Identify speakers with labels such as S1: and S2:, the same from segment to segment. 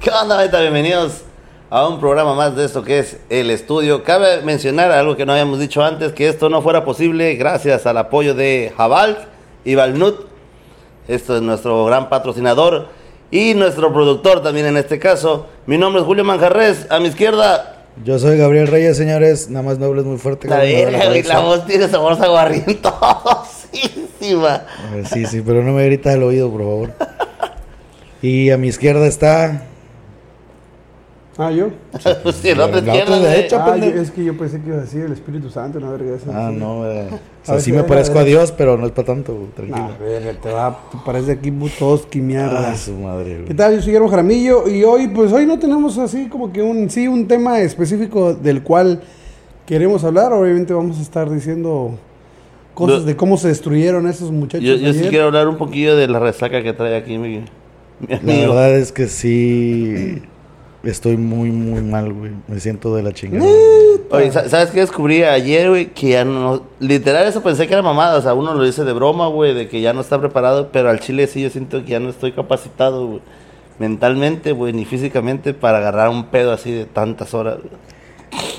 S1: ¿Qué onda, beta? Bienvenidos a un programa más de esto que es El Estudio. Cabe mencionar algo que no habíamos dicho antes, que esto no fuera posible gracias al apoyo de Jabal y Balnut. Esto es nuestro gran patrocinador y nuestro productor también en este caso. Mi nombre es Julio Manjarres, a mi izquierda...
S2: Yo soy Gabriel Reyes, señores. Nada más no hables muy fuerte.
S1: La,
S2: que me duele
S1: verga, güey,
S2: cabeza.
S1: la voz tiene sabor saguarrientosísima.
S2: A ver, Sí, sí, pero no me gritas al oído, por favor. Y a mi izquierda está.
S3: Ah, yo.
S1: Pues sí, la otra
S2: La otra
S1: izquierda,
S2: de
S1: güey.
S2: hecho.
S3: Ah, yo-
S2: pendejo.
S3: es que yo pensé que iba a decir el Espíritu Santo, una verga de esas.
S2: Ah, no, eh. O sea,
S3: ver,
S2: sí
S3: ¿qué
S2: me
S3: hay?
S2: parezco
S3: A
S2: a
S3: ver.
S2: Dios, pero no es para tanto, güey,
S3: Nah,
S2: tranquilo.
S3: verga, te va, te parece aquí todos
S2: Ah,
S3: mierda.
S2: su madre,
S3: ¿Qué
S2: güey.
S3: tal? Yo soy Guillermo Jaramillo y hoy, pues hoy no tenemos así como que un, sí, un tema específico del cual queremos hablar. Obviamente vamos a estar diciendo cosas
S1: Yo-
S3: de cómo se destruyeron esos muchachos.
S1: Yo, yo sí
S3: ayer.
S1: quiero hablar un poquillo de la resaca que trae aquí mi, mi
S2: La
S1: amigo.
S2: verdad es que sí. Estoy muy, muy mal, güey. Me siento de la chingada. Ah.
S1: Oye, sa- ¿sabes qué descubrí ayer, güey? Que ya no... Literal, eso pensé que era mamada. O sea, uno lo dice de broma, güey, de que ya no está preparado. Pero al chile sí yo siento que ya no estoy capacitado, güey. Mentalmente, güey, ni físicamente para agarrar un pedo así de tantas horas. güey.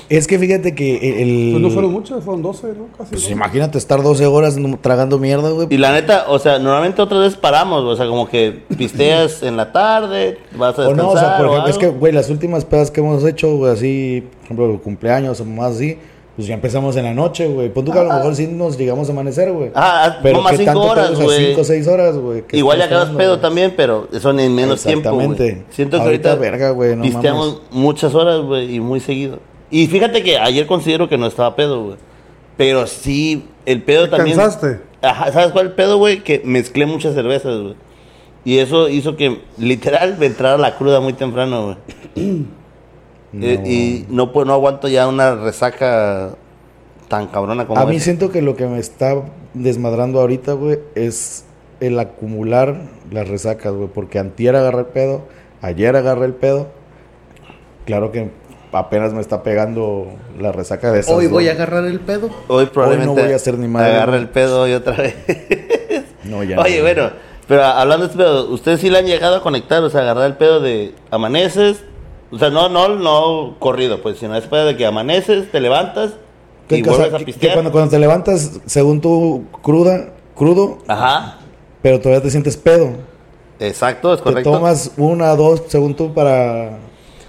S2: Es que fíjate que el.
S3: Pues no fueron muchos, fueron 12, ¿no? Casi.
S2: Pues
S3: ¿no?
S2: imagínate estar 12 horas no- tragando mierda, güey.
S1: Y la neta, o sea, normalmente otras veces paramos, güey, o sea, como que pisteas en la tarde, vas a
S2: O
S1: descansar
S2: no, o sea, por ejemplo, es que,
S1: algo.
S2: güey, las últimas pedas que hemos hecho, güey, así, por ejemplo, cumpleaños o más así, pues ya empezamos en la noche, güey. Pon tú que a lo mejor sí nos llegamos a amanecer, güey.
S1: Ah, ah, no más
S2: ¿qué
S1: cinco
S2: tanto
S1: horas,
S2: pedos? O sea,
S1: güey.
S2: Cinco o seis horas, güey. ¿Qué
S1: Igual ya
S2: estás
S1: acabas
S2: haciendo,
S1: pedo
S2: güey?
S1: también, pero son en menos tiempo, güey.
S2: Exactamente.
S1: Siento que
S2: Ahorita,
S1: ahorita,
S2: verga, güey, no
S1: pisteamos
S2: mames.
S1: muchas horas, güey, y muy seguido. Y fíjate que ayer considero que no estaba pedo, güey. Pero sí, el pedo
S3: ¿Te
S1: también...
S3: cansaste?
S1: Ajá, ¿sabes cuál pedo, güey? Que mezclé muchas cervezas, güey. Y eso hizo que, literal, me entrara la cruda muy temprano, güey. Eh, y no, pues, no aguanto ya una resaca tan cabrona como
S2: A mí
S1: esa.
S2: siento que lo que me está desmadrando ahorita, güey, es el acumular las resacas, güey. Porque antier agarré el pedo, ayer agarré el pedo. Claro que apenas me está pegando la resaca de esas.
S4: Hoy voy
S2: güey.
S4: a agarrar el pedo.
S1: Hoy probablemente
S2: voy a hacer ni madre.
S1: agarre el pedo hoy otra vez.
S2: No, ya.
S1: Oye,
S2: no.
S1: bueno, pero hablando de este pedo, ¿ustedes sí le han llegado a conectar? O sea, agarrar el pedo de amaneces. O sea, no, no, no corrido, pues, sino ese pedo de que amaneces, te levantas
S2: Que-
S1: y
S2: que, o sea,
S1: vuelves a
S2: que- que
S1: pistear.
S2: cuando, cuando te levantas, según tú, cruda, crudo,
S1: Ajá,
S2: pero todavía te sientes pedo.
S1: exacto, es correcto.
S2: Te tomas una, dos, según tú, para,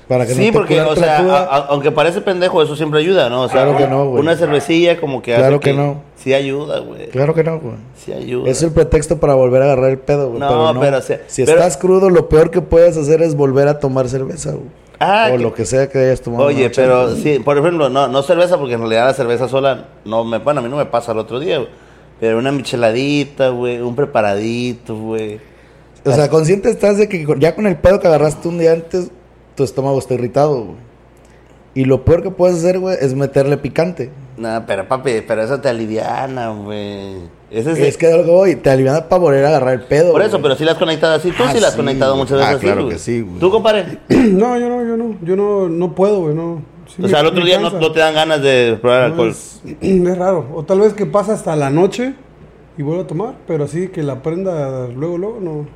S2: para que no
S1: Sí,
S2: te
S1: porque, o
S2: cularte
S1: sea,
S2: la cruda.
S1: a- a- aunque parece pendejo, eso siempre ayuda, ¿no? O sea,
S2: Claro que no, güey.
S1: Una cervecilla como que
S2: Claro
S1: hace
S2: que no.
S1: Sí ayuda, güey.
S2: Claro que no, güey.
S1: Sí ayuda.
S2: Es el pretexto para volver a agarrar el pedo, güey.
S1: No,
S2: pero
S1: pero, o sea,
S2: si
S1: pero-
S2: estás crudo, lo peor que puedes hacer es volver a tomar cerveza, güey.
S1: Ah,
S2: o
S1: que-
S2: lo que sea que hayas tomado.
S1: Oye,
S2: anoche,
S1: pero
S2: güey.
S1: sí, por ejemplo, no, no cerveza, porque en realidad la cerveza sola no me, bueno, a mí no me pasa el otro día, güey. Pero una micheladita, güey, un preparadito, güey.
S2: O sea, consciente estás de que con- ya con el pedo que agarraste un día antes, tu estómago está irritado, güey. Y lo peor que puedes hacer, güey, es meterle picante.
S1: Nada, pero papi, pero eso te aliviana, güey. Ese es,
S2: Es que es algo que voy, te alivian para volver a agarrar el pedo.
S1: por eso,
S2: güey.
S1: pero si la has conectado así, tú
S2: Ah,
S1: sí la has
S2: sí,
S1: conectado
S2: güey.
S1: muchas veces
S2: Ah,
S1: así,
S2: claro
S1: güey.
S2: que sí, güey.
S1: Tú, compadre.
S3: No, yo no, yo no, yo no, no puedo, güey, no. Sí
S1: o sea,
S3: me-
S1: el otro
S3: me
S1: día no,
S3: cansa.
S1: no te dan ganas de probar
S3: No,
S1: alcohol.
S3: Es, es raro. O tal vez que pasa hasta la noche y vuelvo a tomar, pero así que la prenda luego, luego, no,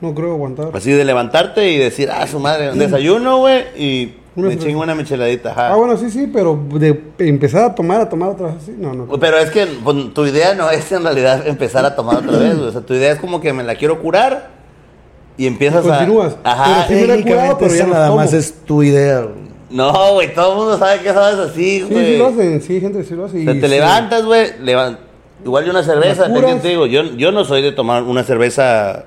S3: no creo aguantar.
S1: Así de levantarte y decir, ah, su madre, desayuno, güey, y
S3: Una
S1: me
S3: cerveza.
S1: chingo una micheladita, ajá.
S3: Ah, bueno, sí, sí, pero de empezar a tomar, a tomar otra vez así, no, no. creo.
S1: Pero es que pues, tu idea no es en realidad empezar a tomar otra vez, güey. O sea, tu idea es como que me la quiero curar y empiezas
S3: Y
S1: a.
S3: continúas.
S1: Ajá.
S3: Pero sí me la he
S2: Técnicamente
S3: curado, pero ya
S2: esa
S3: no
S2: nada
S3: tomo.
S2: más es tu idea, güey.
S1: No, güey, todo el mundo sabe que sabes así,
S3: Sí, sí
S1: güey.
S3: lo hacen, sí, gente, sí lo hace.
S1: O
S3: y
S1: sea, te
S3: sí.
S1: levantas, güey, levan- igual de una cerveza,
S3: La curas.
S1: te digo, yo, yo no soy de tomar una cerveza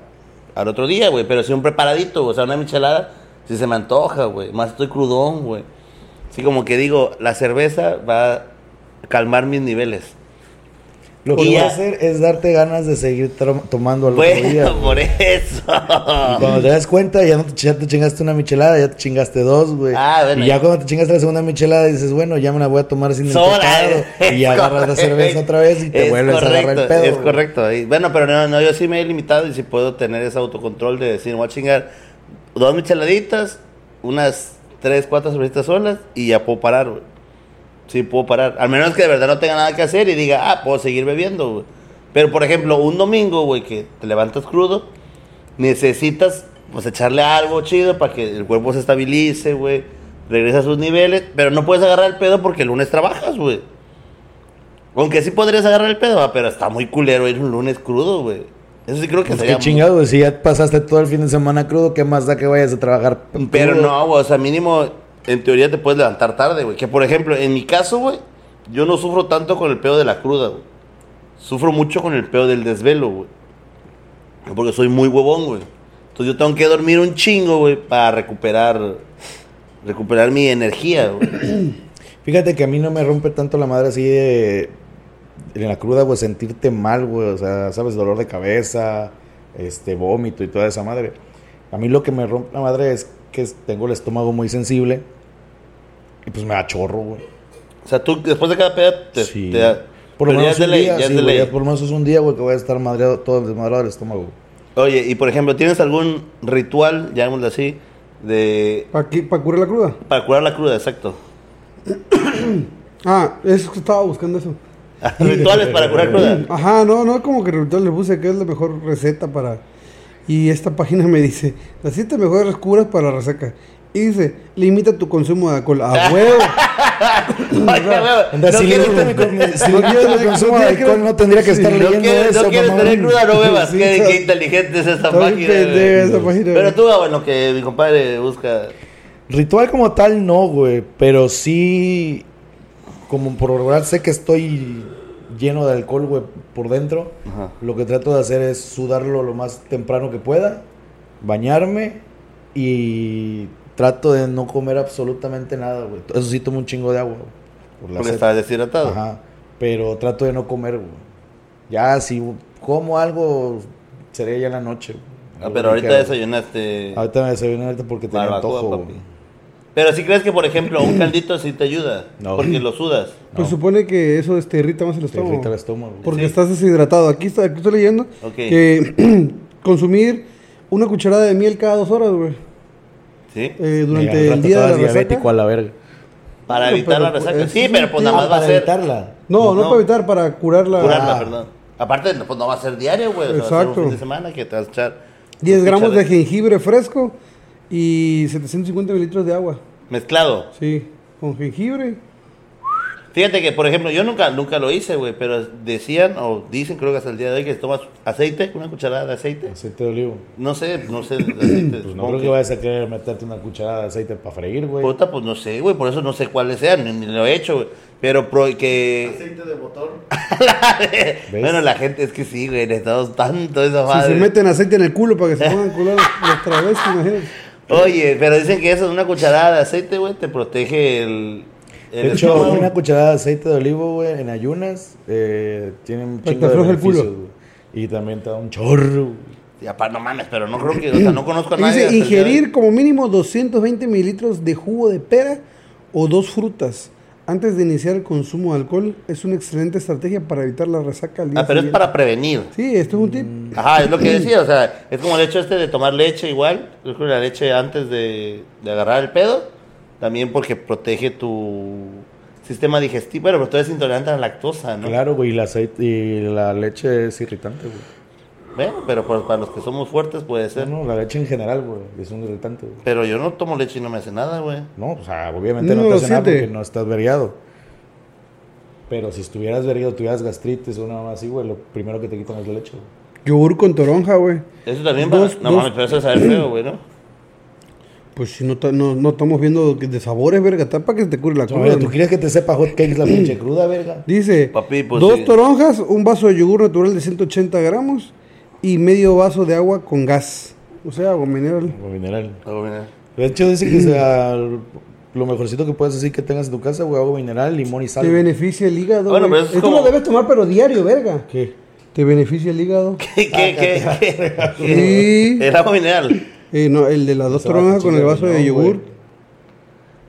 S1: al otro día, güey, pero sí un preparadito, o sea, una michelada, si se me antoja, güey. Más estoy crudón, güey. Así como que digo, la cerveza va a calmar mis niveles.
S2: Lo
S1: Y
S2: que
S1: ya.
S2: vas a hacer es darte ganas de seguir trom- tomando al otro día.
S1: Bueno,
S2: güey.
S1: por eso.
S2: Y Cuando te das cuenta, ya, no te, ya te chingaste una michelada, ya te chingaste dos, güey.
S1: Ah, bueno,
S2: y ya
S1: ya.
S2: cuando te chingaste la segunda michelada, dices, bueno, ya me la voy a tomar sin el
S1: Sola.
S2: pecado.
S1: es
S2: Y ya agarras la
S1: correcto.
S2: cerveza otra vez y te
S1: Es
S2: vuelves a agarrar el
S1: correcto,
S2: pedo.
S1: Es
S2: güey.
S1: correcto. Y, bueno, pero no, no, yo sí me he limitado y sí puedo tener ese autocontrol de decir, voy a chingar dos micheladitas, unas tres, cuatro cervecitas solas y ya puedo parar, güey. Sí, puedo parar. Al menos que de verdad no tenga nada que hacer y diga, ah, puedo seguir bebiendo, güey. Pero, por ejemplo, un domingo, güey, que te levantas crudo, necesitas pues echarle algo chido para que el cuerpo se estabilice, güey. Regresa a sus niveles, pero no puedes agarrar el pedo porque el lunes trabajas, güey. Aunque sí podrías agarrar el pedo, ah, pero está muy culero ir un lunes crudo, güey. Eso sí creo que
S2: Pues
S1: sería
S2: qué
S1: muy-
S2: chingado, güey, si ya pasaste todo el fin de semana crudo, ¿qué más da que vayas a trabajar?
S1: Pero
S2: crudo?
S1: no, güey, o sea, mínimo, en teoría te puedes levantar tarde, güey. Que por ejemplo, en mi caso, güey, yo no sufro tanto con el pedo de la cruda, güey. Sufro mucho con el pedo del desvelo, güey. Porque soy muy huevón, güey. Entonces yo tengo que dormir un chingo, güey, para recuperar, recuperar mi energía, güey.
S2: Fíjate que a mí no me rompe tanto la madre así de. En la cruda, güey, sentirte mal, güey. O sea, sabes, dolor de cabeza, este, vómito y toda esa madre. A mí lo que me rompe la madre es que es- tengo el estómago muy sensible. Y pues me da chorro, güey.
S1: O sea, tú después de cada peda te,
S2: Sí.
S1: te da-
S2: Por
S1: pero
S2: lo
S1: ya
S2: menos
S1: es de
S2: un
S1: ley,
S2: día,
S1: ya es
S2: sí,
S1: de
S2: güey,
S1: ley.
S2: ya por lo menos es un día, güey, que voy a estar madreado, todo desmadrado del estómago.
S1: Oye, y por ejemplo, ¿tienes algún ritual, llamémoslo así, de
S3: ¿Para curar la cruda?
S1: para curar la cruda, exacto?
S3: Ah, es que estaba buscando eso.
S1: Rituales para curar cruda.
S3: Ajá, no, no, como que ritual le puse que es la mejor receta para... Y esta página me dice, las siete mejores curas para la resaca. Y dice, limita tu consumo de alcohol. ¡A huevo!
S1: Ay, qué hueva.
S2: Anda,
S1: no
S2: si
S1: quieres,
S2: no-
S1: tener-
S2: si no quieres el consumo de alcohol, no tendría que estar
S1: no
S2: leyendo
S1: quieres- no
S2: eso,
S1: quieres
S2: mamón.
S1: tener cruda, no bebas.
S3: Sí,
S1: qué,
S3: está-
S1: qué inteligente es esta
S3: está bien
S1: página. güey.
S3: pendeja esa página,
S1: Pero
S3: güey.
S1: tú, ah, bueno, que mi compadre busca.
S2: Ritual como tal no, güey, pero sí como por verdad sé que estoy lleno de alcohol, güey, por dentro.
S1: Ajá.
S2: Lo que trato de hacer es sudarlo lo más temprano que pueda, bañarme y trato de no comer absolutamente nada, güey. Eso sí tomo un chingo de agua. güey, por la
S1: Porque
S2: sed.
S1: está deshidratado.
S2: Ajá. Pero trato de no comer, güey. Ya si como algo sería ya en la noche.
S1: Ah, pero ahorita desayunaste.
S3: Ah.
S2: Ahorita me desayuné ahorita porque tenía
S1: Barbacoa,
S2: antojo,
S1: papi.
S2: güey.
S1: Pero si crees que, por ejemplo, un caldito sí te ayuda.
S2: No.
S1: Porque lo sudas.
S3: Pues
S2: No.
S3: supone que eso este, irrita más el
S2: Te
S3: estómago.
S2: irrita el estómago. güey.
S3: Porque
S1: Sí.
S3: estás deshidratado. Aquí, está, aquí estoy leyendo
S1: Ok.
S3: que consumir una cucharada de miel cada dos horas, güey.
S1: ¿Sí?
S3: eh,
S2: Mira,
S3: durante
S2: al
S3: el
S2: rato
S3: día de la
S2: estabas
S3: resaca.
S2: diabético a la verga.
S1: Para
S3: pero-
S1: evitar la
S3: pero,
S1: resaca.
S3: pues,
S1: Sí,
S3: es
S1: pero pues nada
S2: Ah,
S1: más va a
S2: para
S1: ser.
S2: evitarla.
S3: No, no,
S1: No.
S3: para evitar, para curar la...
S1: Curarla,
S2: Ah.
S1: perdón. Aparte, no, pues no va a ser diario, güey. o sea, va a ser un
S3: Exacto.
S1: fin de semana que te vas a echar.
S3: 10
S1: un
S3: gramos de
S1: cucharón.
S3: jengibre fresco y 750 mililitros de agua.
S1: Mezclado.
S3: Sí, con jengibre.
S1: Fíjate que, por ejemplo, yo nunca, nunca lo hice, güey, pero decían o dicen, creo que hasta el día de hoy, que tomas aceite, una cucharada de aceite.
S2: Aceite de olivo.
S1: No sé, no sé. de aceite,
S2: Pues no
S1: supongo
S2: creo que
S1: que-
S2: vayas a querer meterte una cucharada de aceite para freír, güey.
S1: Puta, pues no sé, güey, por eso no sé cuáles sean, ni, ni lo he hecho, güey. Pero pro- que...
S4: Aceite de motor.
S2: ¿Ves?
S1: Bueno, la gente es que sí, güey, necesitamos tanto esa madre.
S3: Si se meten aceite en el culo para que se pongan culo los, los travestis, imagínate.
S1: Oye, pero dicen que eso es una cucharada de aceite, güey, te protege el... el
S2: De hecho,
S1: estómago.
S2: una cucharada de aceite de olivo, güey, en ayunas, eh, tiene un
S3: Para que
S2: chingo
S3: te
S2: de
S3: afloje el
S2: beneficios,
S3: culo.
S2: güey. Y también te da un chorro. güey.
S1: Y aparte, no mames, pero no creo que... O sea, no conozco a nadie...
S3: Dice
S1: hasta el día de hoy.
S3: ingerir como mínimo 220 mililitros de jugo de pera o dos frutas antes de iniciar el consumo de alcohol es una excelente estrategia para evitar la resaca al día
S1: Ah, pero es
S3: siguiente.
S1: para prevenir.
S3: Sí, esto es un tip.
S1: Ajá, es lo que decía, o sea, es como el hecho este de tomar leche igual, yo creo que la leche antes de, de agarrar el pedo, también porque protege tu sistema digestivo, bueno, pero tú eres intolerante a la lactosa, ¿no?
S2: Claro, güey, y el aceite y la leche es irritante, güey.
S1: Bueno, pero pues, para los que somos fuertes puede ser.
S2: No, no, la leche en general, güey, es un irritante, güey.
S1: Pero yo no tomo leche y no me hace nada, güey.
S2: No, pues, o sea, obviamente no,
S3: No
S2: te
S3: lo
S2: hace nada
S3: siente.
S2: porque no estás veriado. Pero si estuvieras veriado, tuvieras gastritis o una más así, güey, lo primero que te quitan es la leche, güey.
S3: Yogur con toronja, güey.
S1: Eso también para...
S3: Dos-
S1: no
S3: dos-
S1: mames, pero eso es saber feo, güey, ¿no?
S3: Pues si no, ta- no, no estamos viendo que de sabores, verga, está para que se te cure la
S2: No,
S3: cruda.
S2: ¿Tú
S3: ¿no?
S2: quieres que te sepa hot cakes la pinche cruda, verga?
S3: Dice,
S1: Papi, pues,
S3: dos
S1: sí.
S3: toronjas, un vaso de yogur natural de 180 gramos y medio vaso de agua con gas. O sea, agua mineral.
S2: O mineral.
S1: Luego, mira.
S2: De hecho, dice que sea lo mejorcito que puedes decir que tengas en tu casa, güey, agua mineral, limón y sal.
S3: Te
S2: güey.
S3: beneficia el hígado.
S1: Bueno,
S3: güey.
S1: pero eso es
S3: Esto
S1: como-
S3: lo debes tomar, pero diario, verga.
S2: ¿Qué?
S3: Te beneficia el hígado.
S1: ¿Qué, qué, qué,
S3: Sí.
S1: El agua mineral.
S3: Eh, no, el de las dos
S2: Esa vaca
S3: toronjas con el
S2: chica,
S3: vaso de
S2: no,
S3: yogur.
S2: güey.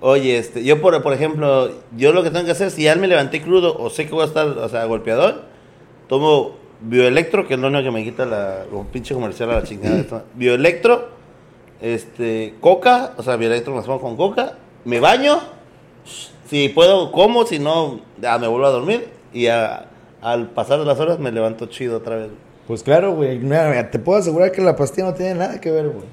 S1: Oye, este, yo por, por ejemplo, yo lo que tengo que hacer, si ya me levanté crudo o sé que voy a estar, o sea, golpeador, tomo bioelectro, que es lo único que me quita la un pinche comercial a la chingada. esta- bioelectro, este, coca, o sea, bioelectro me tomo con coca, me baño, si puedo como, si no, ya me vuelvo a dormir y a- al pasar de las horas me levanto chido otra vez.
S2: Pues claro, güey. mira, Te puedo asegurar que la pastilla no tiene nada que ver, güey.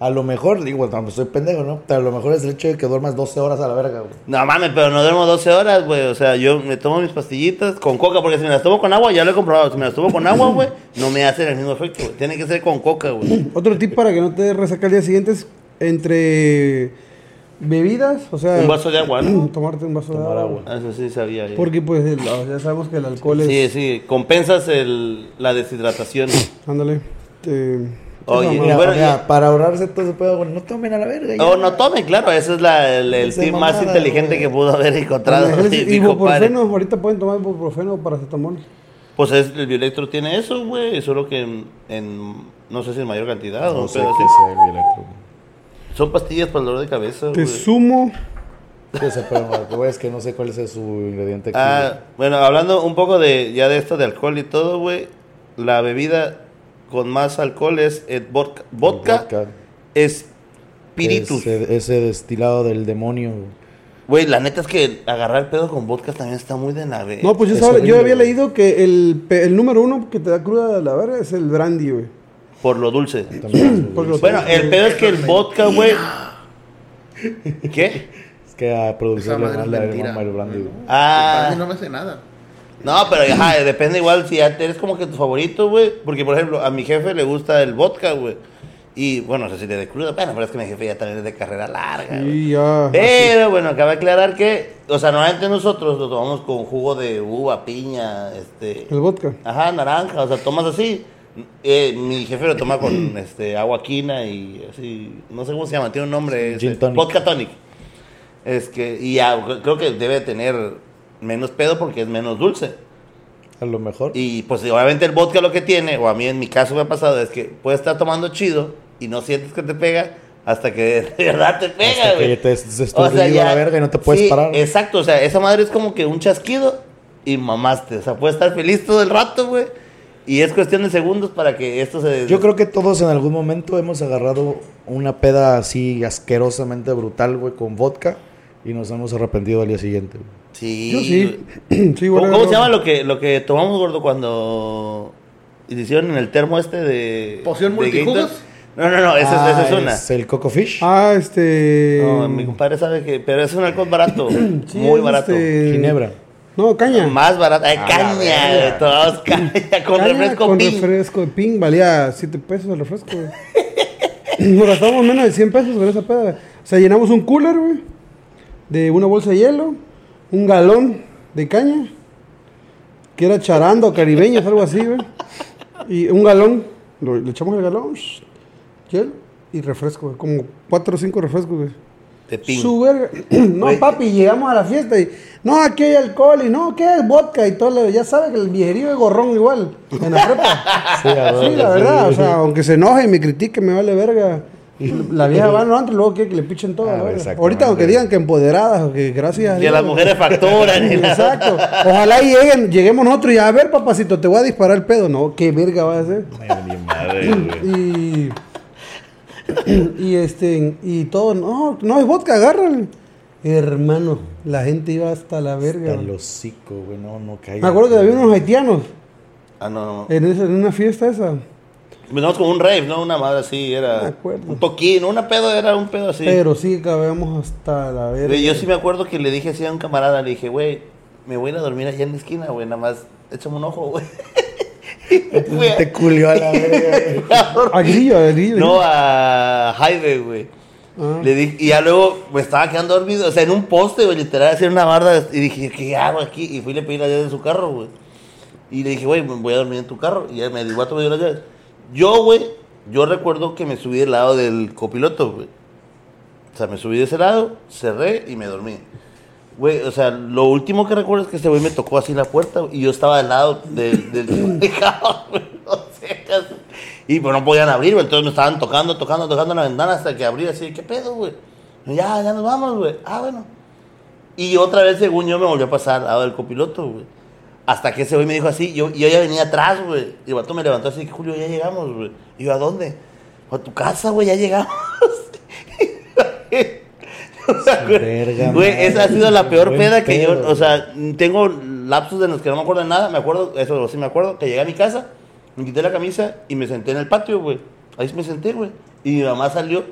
S2: A lo mejor, digo, no, pues soy pendejo, ¿no? Pero a lo mejor es el hecho de que duermas 12 horas a la verga, güey.
S1: No mames, pero no duermo 12 horas, güey. O sea, yo me tomo mis pastillitas con coca, porque si me las tomo con agua, ya lo he comprobado. Si me las tomo con agua, güey, no me hacen el mismo efecto, güey. Tiene que ser con coca, güey.
S3: Otro tip para que no te dé resaca al día siguiente es entre bebidas, o sea...
S1: Un vaso de agua, ¿no?
S3: Tomarte un vaso
S2: Tomar
S3: de
S2: agua.
S3: agua.
S1: Ah, Eso sí sabía. yo.
S3: Porque pues el- ya sabemos que el alcohol es...
S1: Sí, sí, compensas el, la deshidratación.
S3: Ándale. eh,
S1: Oye,
S2: Mira,
S1: bueno,
S2: mira,
S1: ya-
S2: para ahorrarse todo ese pedo, güey, no tomen a la verga. ya.
S1: no, no tomen, claro, ese es la, el, el
S2: Esa
S1: tip más
S2: mamada,
S1: inteligente
S2: güey.
S1: que pudo haber encontrado.
S3: Pues,
S1: mi- mi compadre.
S3: ibuprofeno, ahorita pueden tomar ibuprofeno o paracetamol.
S1: Pues es- el Bioelectro tiene eso, güey, solo que en, en- no sé si en mayor cantidad, o
S2: No sé
S1: pero
S2: qué
S1: sí.
S2: sea, güey, electro, güey.
S1: son pastillas para el dolor de cabeza,
S3: Te
S1: güey.
S3: sumo.
S2: Sí, ese pedo, güey, pero es que no sé cuál es su ingrediente. activo.
S1: Ah, bueno, hablando un poco de ya de esto de alcohol y todo, güey, la bebida con más alcohol es el vodka, vodka, espiritus.
S2: Ese, ese destilado del demonio. güey.
S1: Güey, la neta es que agarrar pedo con vodka también está muy de nave.
S3: No, pues yo,
S2: Es
S3: sabía- yo
S2: horrible,
S3: había
S2: güey.
S3: leído que el, pe- el número uno que te da cruda de la verga es el brandy, güey.
S1: por lo dulce.
S2: También es, güey.
S3: Porque lo-
S1: Bueno, el pedo es que el vodka, güey. ¿Qué?
S2: es que a
S4: Esa
S2: producción le
S4: madre es
S2: manda el
S4: mentira.
S2: Mario Brandi,
S4: No,
S2: güey.
S1: Ah.
S4: el Brandy no me hace nada.
S1: No, pero ajá, depende igual si ya eres como que tu favorito, güey. Porque, por ejemplo, a mi jefe le gusta el vodka, güey. Y bueno, no sé si le descruda, bueno, pero es que mi jefe ya también es de carrera larga, Ah, güey. Eh.
S3: Y ya.
S1: Pero bueno, cabe aclarar que, o sea, normalmente nosotros lo tomamos con jugo de uva, piña, este,
S3: El vodka.
S1: ajá, naranja, o sea, tomas así. Eh, mi jefe lo toma con este agua quina y así, no sé cómo se llama, tiene un nombre,
S2: Gin
S1: este,
S2: tonic.
S1: vodka tonic. Es que y ya, creo que debe tener menos pedo porque es menos dulce.
S2: A lo mejor.
S1: Y pues obviamente el vodka lo que tiene, o a mí en mi caso me ha pasado, es que puedes estar tomando chido y no sientes que te pega hasta que de verdad te pega,
S2: Hasta que
S1: güey.
S2: ya te des- destornillo la verga y no te puedes parar.
S1: Exacto, o sea, esa madre es como que un chasquido y mamaste. O sea, puedes estar feliz todo el rato, güey. Y es cuestión de segundos para que esto se...
S2: Yo creo que todos en algún momento hemos agarrado una peda así asquerosamente brutal, güey, con vodka y nos hemos arrepentido al día siguiente. güey.
S1: Sí.
S3: Yo sí.
S1: güey.
S3: sí
S1: ¿Cómo,
S3: bueno,
S1: cómo
S3: no.
S1: se llama lo que, lo que tomamos, gordo, cuando hicieron en el termo este de...
S4: ¿Poción
S1: de
S4: multijugos?
S1: Gatorade? No, no, no, esa, es-
S2: Ah,
S1: esa es una.
S2: es el Coco Fish.
S3: Ah, este.
S1: No, mi compadre sabe que, pero es un alcohol barato,
S3: sí,
S1: muy
S3: es
S1: barato.
S3: este-
S2: Ginebra.
S3: No, caña.
S1: Más barato, ay,
S2: A Ah, la
S1: caña,
S2: verga.
S1: güey, tomados caña, con
S3: Caña
S1: refresco
S3: Con
S1: pink.
S3: refresco pink valía 7 pesos el refresco, güey. Nos gastamos menos de 100 pesos con esa peda. güey. O sea, llenamos un cooler, güey, de una bolsa de hielo, un galón de caña, que era charando o caribeños, algo así, güey. Y un galón, lo- le echamos el galón, shh, hielo y refresco, güey. Como 4 o 5 refrescos, güey.
S1: De pink.
S3: Su verga. No,
S1: Güey.
S3: papi, llegamos a la fiesta y. No, aquí hay alcohol y no, que es vodka y todo. lo- Ya sabe que el viejerío es gorrón igual. En la prepa.
S2: Sí, a
S3: Ah, Sí, la verdad. O sea, aunque se enoje y me critique, me vale verga. La vieja va no antes, luego quiere que le pichen todo.
S2: Ah,
S3: la verga.
S2: exactamente.
S3: Ahorita, aunque digan que empoderadas o que gracias.
S1: Y
S3: a
S1: a
S3: Dios,
S1: las
S3: güey.
S1: mujeres facturan. y la-
S3: Exacto. Ojalá lleguen, lleguemos nosotros y a ver, papacito, te voy a disparar el pedo. No, qué verga va a hacer.
S2: Ni madre, güey.
S3: Y. Y este. Y todo. No, no es vodka, agárralo. Hermano, la gente iba hasta la verga.
S2: Hasta el
S3: güey.
S2: hocico, güey. No, no caí.
S3: Me acuerdo que había unos haitianos
S1: Ah, no, no.
S3: en, esa- en una fiesta esa.
S1: Venimos como un rave, ¿no? Una madre así,
S3: Me
S1: era
S3: acuerdo.
S1: un toquín, una pedo, era un pedo así.
S3: Pero sí cabemos hasta la verga.
S1: Güey, yo sí me acuerdo que le dije así a un camarada, le dije, güey, me voy a ir a dormir allá en la esquina, güey, nada más, échame un ojo, güey. Fui a-
S2: Te culió a la verga, güey.
S3: A grillo, a grillo.
S1: No, a Jaime, güey.
S3: Ah.
S1: Le dije, y ya luego me estaba quedando dormido, o sea, en un poste, güey, literal, así en una barda. Y dije, ¿qué hago aquí? Y fui y le pedí la llave de su carro, güey. Y le dije, güey, me voy a dormir en tu carro. Y él me dijo, "Guato, me dio las llaves. Yo, güey, yo recuerdo que me subí del lado del copiloto, güey. O sea, me subí de ese lado, cerré y me dormí. Güey, o sea, lo último que recuerdo es que ese güey me tocó así la puerta güey, y yo estaba al lado del, del que manejaba, güey, o sea, casi. y pues no podían abrir, güey, entonces me estaban tocando, tocando, tocando la ventana hasta que abrí así, ¿qué pedo, güey? Ya, ya nos vamos, güey. Ah, bueno. Y otra vez, según yo, me volvió a pasar al lado del copiloto, güey. Hasta que ese güey me dijo así, yo, yo ya venía atrás, güey. Y el vato me levantó así, Julio, ya llegamos, güey. Y yo, ¿a dónde? A tu casa, güey, ya llegamos.
S2: Verga,
S1: Güey,
S2: madre.
S1: esa ha sido la peor
S2: Buen
S1: peda que
S2: pedo,
S1: yo, o sea, tengo lapsos de los que no me acuerdo de nada, me acuerdo, eso sí me acuerdo, que llegué a mi casa, me quité la camisa y me senté en el patio, güey. Ahí me senté, güey. Y mi mamá salió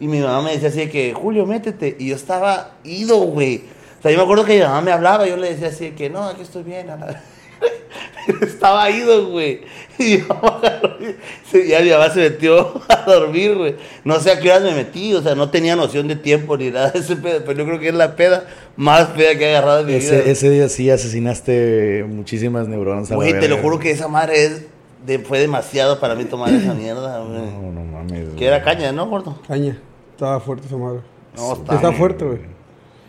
S1: y mi mamá me decía así de que, Julio, métete. Y yo estaba ido, güey. O sea, yo me acuerdo que mi mamá me hablaba y yo le decía así de que, no, aquí estoy bien. a la- Pero estaba ido, güey. Y mi mamá agarró y se- ya mi mamá se metió a dormir, güey. No sé a qué horas me metí, o sea, no tenía noción de tiempo ni nada de ese pedo. Pero yo creo que es la peda más peda que he agarrado en mi vida.
S2: Ese, ese día sí asesinaste muchísimas neuronas. a la
S1: Güey, te lo
S2: verga.
S1: juro que esa madre es de- fue demasiado para mí tomar esa mierda, güey.
S2: No, no mames.
S1: Que era caña, ¿no, gordo?
S3: Caña. Estaba fuerte esa madre.
S1: No,
S2: Sí.
S1: está.
S3: Está fuerte, güey.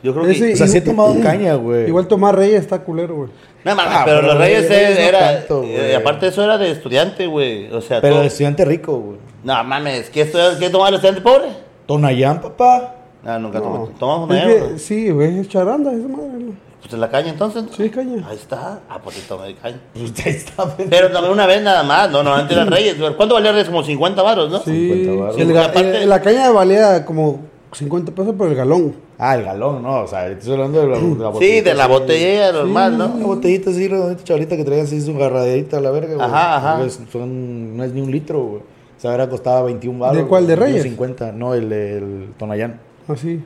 S1: Yo creo
S3: Ese-
S1: que.
S2: O sea, sí he tomado caña, güey.
S3: Igual tomar reyes está culero, güey.
S1: No, mames,
S2: Ah,
S1: pero,
S2: pero
S1: los
S2: güey,
S1: Reyes
S2: Reyes no
S1: era.
S2: tanto,
S1: eh,
S2: güey.
S1: y aparte, eso era de estudiante, güey. O sea,
S2: Pero
S1: todo-
S2: de estudiante rico, güey.
S1: No mames, ¿qué, estu- qué tomaba el estudiante pobre?
S2: Tonayán, papá.
S1: No, nunca
S3: No.
S1: tomamos. Tomamos
S3: Es
S1: una
S3: que-
S1: hierba, güey.
S3: Sí, güey, es charanda esa madre. güey.
S1: Pues en la caña entonces.
S3: Sí, es caña.
S1: Ahí está. Ah, pues sí, tomé caña.
S2: Pues usted está
S1: Pero tomé una vez nada más. No, no, antes era Reyes. güey. ¿Cuánto valía Reyes? Como 50 varos, ¿no?
S3: Sí.
S2: 50 baros.
S3: El
S1: Y
S3: ga-
S1: aparte-
S3: el- la caña valía como 50 pesos por el galón.
S2: Ah, el galón, no. O sea, ahorita estoy hablando de la, de la botellita.
S1: Sí, de la
S2: así.
S1: botella normal,
S2: Una
S1: ¿no?
S2: botellita así, redondita, chavalita, que traía así su garraderita a la verga, güey.
S1: Ajá, ajá.
S2: Es- son, no es ni un litro, güey. O sea, ahora costaba 21 baros.
S3: ¿De cuál, de Reyes?
S2: 50, no, el, el Tonayán.
S3: Así.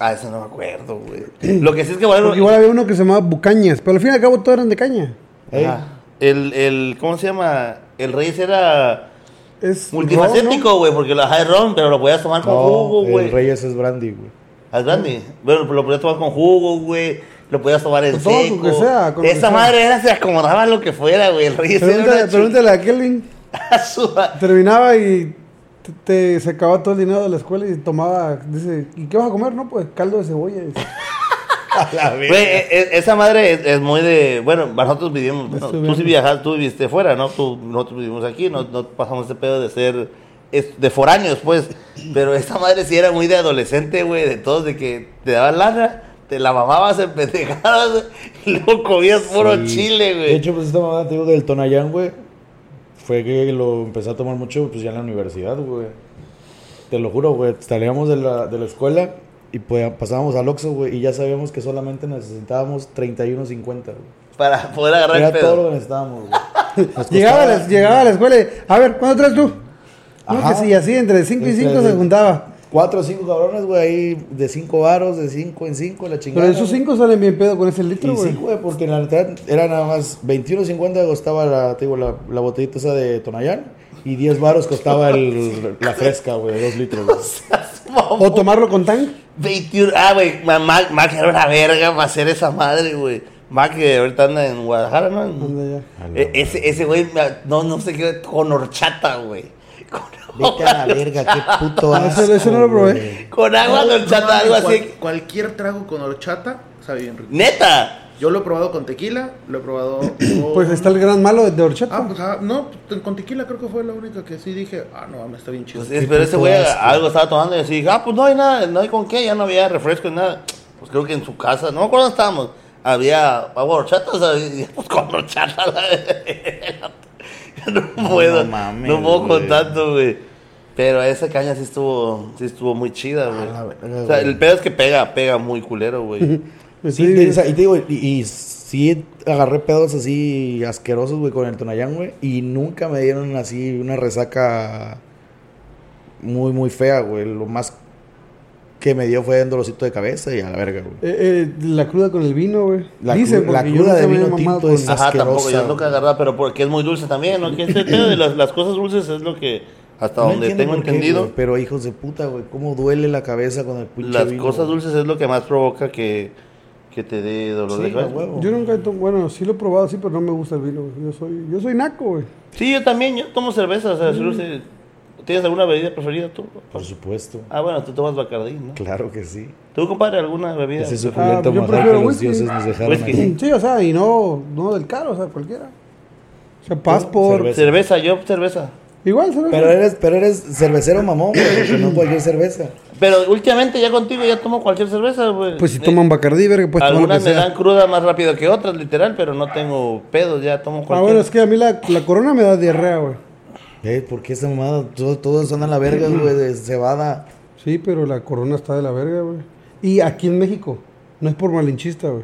S1: Ah, eso no me acuerdo, güey. Lo que sí es que valieron.
S3: Porque igual había uno que se llamaba Bucañas, pero al fin y al cabo todos eran de caña.
S2: Ey,
S1: Ajá. eh, El, el, ¿cómo se llama? El Reyes era
S3: Es
S1: multifacético, güey, porque lo ajá, es ron, pero lo podías tomar con
S2: No,
S1: Ah, jugo,
S2: el
S1: güey.
S2: Reyes es brandy, güey.
S1: Al grande. Bueno, lo podías tomar con jugo, güey. Lo podías tomar en
S3: Con todo,
S1: seco.
S3: con que sea, con lo que
S1: Esa
S3: sea.
S1: madre era, se acomodaba lo que fuera, güey. El Reyes
S3: Pregúntale,
S1: era una
S3: pregúntale a Kelvin.
S1: chupazuba.
S3: Terminaba y te, te- se acababa todo el dinero de la escuela y tomaba. Dice, ¿y qué vas a comer? No, pues caldo de cebolla. Dice,
S2: A la
S1: Güey, e- e- esa madre es, es muy de... Bueno, nosotros vivimos... bueno, tú
S3: Estuvimos.
S1: sí viajas, tú viviste fuera, ¿no? Tú- nosotros vivimos aquí, no, no pasamos ese pedo de ser... es- de foráneos, pues. Pero esa madre sí era muy de adolescente, güey, de todos, de que te daban lana, te la mamabas en pendejadas, güey, y luego comías puro
S2: Sí.
S1: chile,
S2: De
S1: güey.
S2: hecho, pues esta mamada, te digo, del Tonayán, güey, fue que lo empecé a tomar mucho, pues ya en la universidad, güey. Te lo juro, güey, salíamos de la, de la escuela y pues, pasábamos al Oxxo, güey, y ya sabíamos que solamente necesitábamos 31.50, güey.
S1: Para poder agarrar el
S2: Era
S1: pedo.
S2: todo lo que necesitábamos, güey. Nos
S3: llegaba, a
S2: costaba-
S3: la, llegaba a la escuela y, a ver, ¿cuándo traes tú? No,
S2: Ajá.
S3: que sí, así, entre 5 y
S2: Entre-
S3: 5 se juntaba.
S2: Cuatro o cinco cabrones, güey, ahí de cinco varos, de cinco en cinco, la chingada.
S3: Pero esos
S2: güey.
S3: 5 salen bien pedo con ese
S2: Y
S3: litro, güey.
S2: sí, güey, porque la neta era nada más 21.50 costaba la, te digo, la, la botellita esa de Tonayán y 10 varos costaba el, la fresca, güey, de 2 litros. güey.
S3: o tomarlo con tan.
S1: 21. Ah, güey, ma- Mac, Mac era una verga para hacer esa madre, güey. Mac que ahorita anda en Guadalajara, ¿no?
S3: Anda ya.
S2: A la
S1: E- ese, ese güey, me- no, no sé qué, con horchata, güey. Con,
S2: Vete a la verga, qué puto
S3: Ah, eso- eso no lo probé.
S2: güey.
S1: con agua de horchata,
S4: mames,
S1: algo así.
S4: cual- cualquier trago con horchata sabe bien rico.
S1: Neta.
S4: Yo lo he probado con tequila, lo he probado con...
S3: Pues está el gran malo de horchata.
S4: Ah, pues ah, no, con tequila creo que fue la única que sí dije, ah, no, mames, está bien chido.
S1: Pues, es- pero ese
S2: puto
S1: güey
S2: asco.
S1: algo estaba tomando y así, ah, pues no hay nada, no hay con qué, ya no había refresco ni nada. Pues creo que en su casa, no me acuerdo dónde estábamos, había agua de horchata, o sea, y- pues con horchata. la verga. no puedo, no,
S2: no mames,
S1: puedo con
S2: güey.
S1: tanto, güey. Pero esa caña sí estuvo, sí estuvo muy chida, güey.
S2: la verga,
S1: O sea,
S2: güey.
S1: el pedo es que pega, pega muy culero, güey.
S3: Pues
S2: Sí, te- o sea, y te digo, y, y sí agarré pedos así asquerosos, güey, con el Tonayán, güey, y nunca me dieron así una resaca muy, muy fea, güey. Lo más que me dio fue un dolorcito de cabeza y a la verga, güey.
S3: Eh, eh, la cruda con el vino, güey.
S2: La
S3: Dicen,
S2: cru- la
S3: porque yo
S2: cruda
S3: nunca
S2: de
S3: me
S2: vino
S3: había mamado
S2: tinto
S3: con-
S2: es-
S1: Ajá, tampoco,
S2: asquerosa,
S1: yo nunca
S2: güey.
S1: agarraba, pero porque es muy dulce también, ¿no? Que ese pedo de las, las cosas dulces es lo que, hasta
S2: No
S1: donde
S2: entiendo
S1: tengo
S2: por qué,
S1: entendido.
S2: güey, pero hijos de puta, güey, cómo duele la cabeza con el pinche
S1: Las
S2: vino,
S1: cosas
S2: güey.
S1: dulces es lo que más provoca que, que te dé dolor
S2: Sí,
S1: de
S2: a
S1: cabeza.
S2: huevo.
S3: Yo nunca he tomado, bueno, sí lo he probado, sí, pero no me gusta el vino, güey. Yo soy, yo soy naco, güey.
S1: Sí, yo también, yo tomo cerveza. O sea, si
S3: Mm.
S1: no sé- ¿Tienes alguna bebida preferida tú?
S2: Por supuesto.
S1: Ah, bueno, tú tomas Bacardí, ¿no?
S2: Claro que sí.
S1: ¿Tú, compadre, alguna bebida?
S2: Ese
S1: preferida?
S2: suculento
S3: Ah, yo
S2: manjar
S3: prefiero
S2: que los
S3: whisky.
S2: dioses nos dejaron
S1: Whisky.
S2: aquí.
S3: Sí, o sea, y no, no del caro, o sea, cualquiera. O sea, paz por...
S2: Cerveza.
S1: Cerveza, yo cerveza.
S3: Igual, cerveza.
S2: Pero eres, pero eres cervecero mamón, güey, porque no cualquier cerveza.
S1: Pero últimamente ya contigo ya tomo cualquier cerveza, güey.
S3: Pues si
S1: Eh,
S3: toman Bacardí, verga, pues toman lo que
S1: Algunas me
S3: sea.
S1: dan cruda más rápido que otras, literal, pero no tengo pedos, ya tomo
S3: Ah,
S1: cualquier.
S3: bueno, es que a mí la, la corona me da diarrea, güey.
S2: Ey, ¿por qué esa mamada? Todo- Todos andan a la verga, güey, de cebada.
S3: Sí, pero la corona está de la verga, güey. Y aquí en México, no es por malinchista, güey.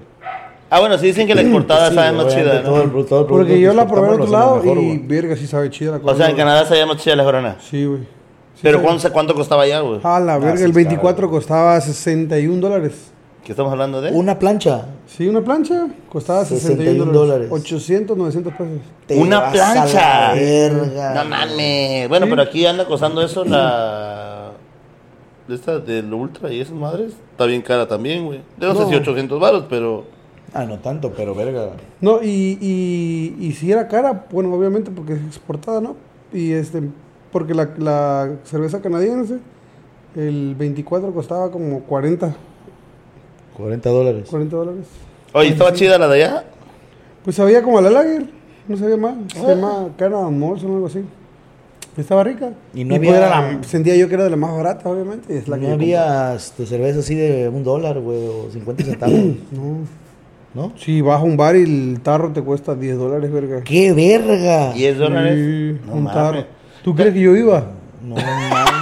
S1: Ah, bueno, sí dicen que la exportada
S2: Sí,
S1: sabe más
S2: obviamente
S1: chida,
S2: todo el
S1: ¿no?
S2: pro- todo el producto
S3: Porque
S2: que
S3: yo la probé en
S2: exportamos
S3: otro
S2: lo
S3: lado
S2: hacemos mejor,
S3: y
S2: güey.
S3: verga, sí sabe chida la
S1: O sea, en
S3: corona.
S1: Canadá sabía más chida la jorona.
S3: Sí, güey. Sí
S1: Pero
S3: sabe-
S1: ¿cuánto, cuánto costaba allá, güey?
S3: Ah, la verga,
S2: sí
S3: el
S2: está,
S3: 24 costaba 61 dólares.
S1: ¿Qué estamos hablando
S3: Uh,
S1: de?
S5: Una plancha.
S3: Sí, una plancha costaba 61
S5: 61
S3: dólares.
S5: dólares.
S3: 800, 900 pesos.
S5: Te
S1: ¡Una
S5: vas a
S1: plancha!
S5: la verga.
S1: No mames. Bueno, pero aquí anda costando eso la. de Esta del Ultra y esas madres. Está bien cara también, güey. Yo no, sé si 800 baros, pero.
S2: Ah, no tanto, pero verga.
S3: No, y, y, y si era cara, bueno, obviamente porque es exportada, ¿no? Y este, porque la, la cerveza canadiense, el 24 costaba como 40,
S2: 40 dólares.
S3: 40 dólares.
S1: Oye, ¿estaba chida la de allá?
S3: Pues sabía como a la lager, no sabía mal. Se llama Canada Molson o algo así. Estaba rica.
S5: Ah. Y no
S3: pues
S5: había-
S3: era la- sentía yo que era de la más barata, obviamente. y es la que
S5: No
S3: yo
S5: había este, cerveza así de un dólar, güey, o 50 centavos,
S3: compré. No.
S5: ¿no?
S3: Si vas a un bar y el tarro te cuesta 10 dólares, verga.
S5: ¡Qué verga!
S1: 10 dólares.
S3: Sí,
S1: No
S3: un
S1: mames.
S3: tarro. ¿Tú crees que yo iba?
S5: No mames.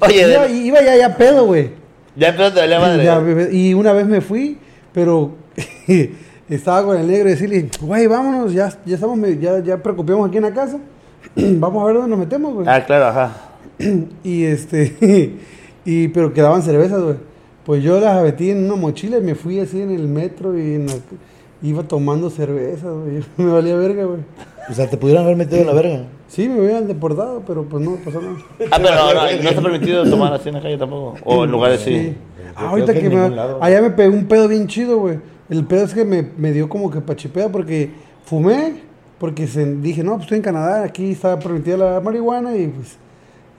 S1: Oye,
S3: Iba,
S1: de-
S3: iba ya, ya pedo, güey.
S1: ya pero te valía madre.
S3: Ya, bebé, Y una vez me fui, pero estaba con el negro y decirle, güey, vámonos, ya, ya estamos, medio- ya, ya preocupamos aquí en la casa. Vamos a ver dónde nos metemos, güey.
S1: Ah, claro, ajá.
S3: Y este, y, pero quedaban cervezas, güey. Pues yo las metí en una mochila y me fui así en el metro y en la- iba tomando cervezas, güey. Me valía verga, güey.
S5: O sea, te pudieron haber metido en la verga.
S3: Sí, me hubieran deportado, pero pues no pasó nada.
S1: Ah, pero no, no, no está permitido tomar así en la calle tampoco. O en lugares así.
S3: Sí. Ah, Ahorita
S2: que
S3: que,
S2: en
S3: me.
S2: ningún lado.
S3: Allá me pegó un pedo bien chido, güey. El pedo es que me, me dio como que pachipea porque fumé, porque se, dije, no, pues estoy en Canadá, aquí está permitida la marihuana y pues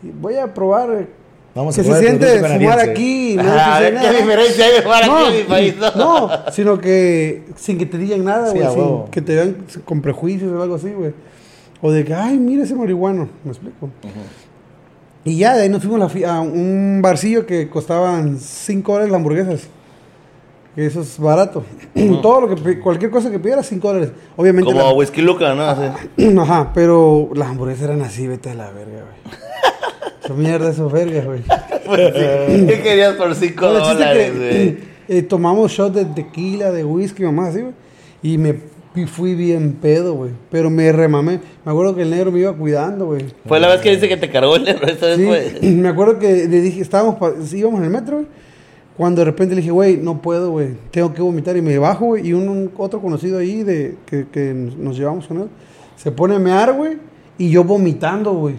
S3: y voy a probar. eh,
S5: Vamos a
S3: que se
S5: probar el
S3: siente
S5: producto
S3: fumar
S5: canadiense.
S3: aquí. y no
S1: Ajá, Ah, a
S3: dice
S1: ver qué
S3: nada.
S1: diferencia hay de jugar aquí en mi país, ¿no?
S3: no, no, sino que sin que te digan nada,
S5: Sí,
S3: güey,
S5: a
S3: sin
S5: huevo.
S3: que te vean con prejuicios o algo así, güey. O de que, ay, mira ese marihuano, me explico. Y ya de ahí nos fuimos a la fi- a un barcillo que costaban 5 dólares las hamburguesas. Que eso es barato. Todo lo que pi- cualquier cosa que pidieras 5 dólares. Obviamente
S1: Como Whisky Luca, ¿no? Así.
S3: la- Ajá, pero las hamburguesas eran así, vete a la verga, güey. Son mierda esos vergas, güey.
S1: Pues sí. ¿Qué querías por 5
S3: No, el chiste
S1: dólares,
S3: que,
S1: güey?
S3: eh, tomamos shots de tequila, de whisky, mamá, así, güey. Y me y fui bien pedo, güey. Pero me remamé. Me acuerdo que el negro me iba cuidando, güey.
S1: Fue la vez que dice que te cargó el negro esta vez,
S3: Ah. Sí,
S1: Pues, güey.
S3: me acuerdo que le dije, estábamos, pa- sí, íbamos en el metro, güey. Cuando de repente le dije, güey, no puedo, güey, tengo que vomitar. Y me bajo, güey, y un, un otro conocido ahí de, que, que nos llevamos con él, se pone a mear, güey, y yo vomitando, güey.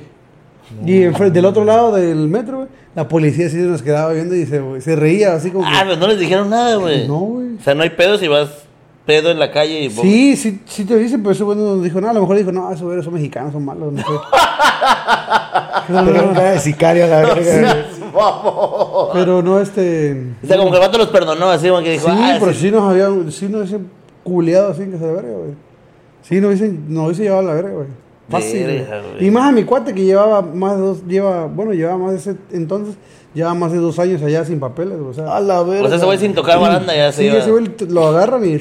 S3: y enfre- del otro lado del metro, güey, la policía sí nos quedaba viendo y se, güey, se reía, así como que,
S1: Ah, pero no les dijeron nada, güey.
S3: No, güey.
S1: O sea, no hay pedo si vas pedo en la calle y vos-
S3: Sí, sí, sí te dicen, pero ese güey no nos dijo nada. A lo mejor dijo, no, esos güeyes son mexicanos, son malos, no sé.
S5: Te vieron cara de sicario a la verga.
S3: Pero no, este...
S1: O sea, como que el vato los perdonó, así como que dijo,
S3: Sí,
S1: ah,
S3: pero
S1: sí.
S3: sí nos habían, sí nos hubiesen culeado así que se verga, güey. Sí, nos hubiesen, nos hubiese llevado a la verga, güey. Fácil. güey.
S1: Verga, güey.
S3: Y más a mi cuate que llevaba más de dos, lleva, bueno, llevaba más de ese entonces, llevaba más de dos años allá sin papeles, güey, o sea.
S5: A la verga.
S1: O sea, ese güey sin tocar Ah, baranda ya se
S3: sí,
S1: iba
S3: ese güey lo agarran y,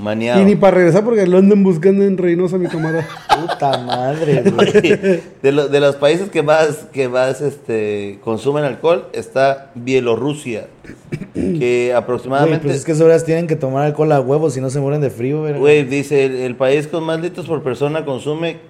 S1: maniado.
S3: y ni para regresar porque lo andan buscando en Reynosa, mi camarada.
S5: Puta madre, güey. pues
S1: Oye, de, lo- de los países que más, que más este, consumen alcohol está Bielorrusia,
S3: pues
S1: que
S5: Güey,
S1: aproximadamente...
S5: Pues es que esas horas tienen que tomar alcohol a huevos si no se mueren de frío, verga.
S1: Güey, dice, el, el país con más litros por persona consume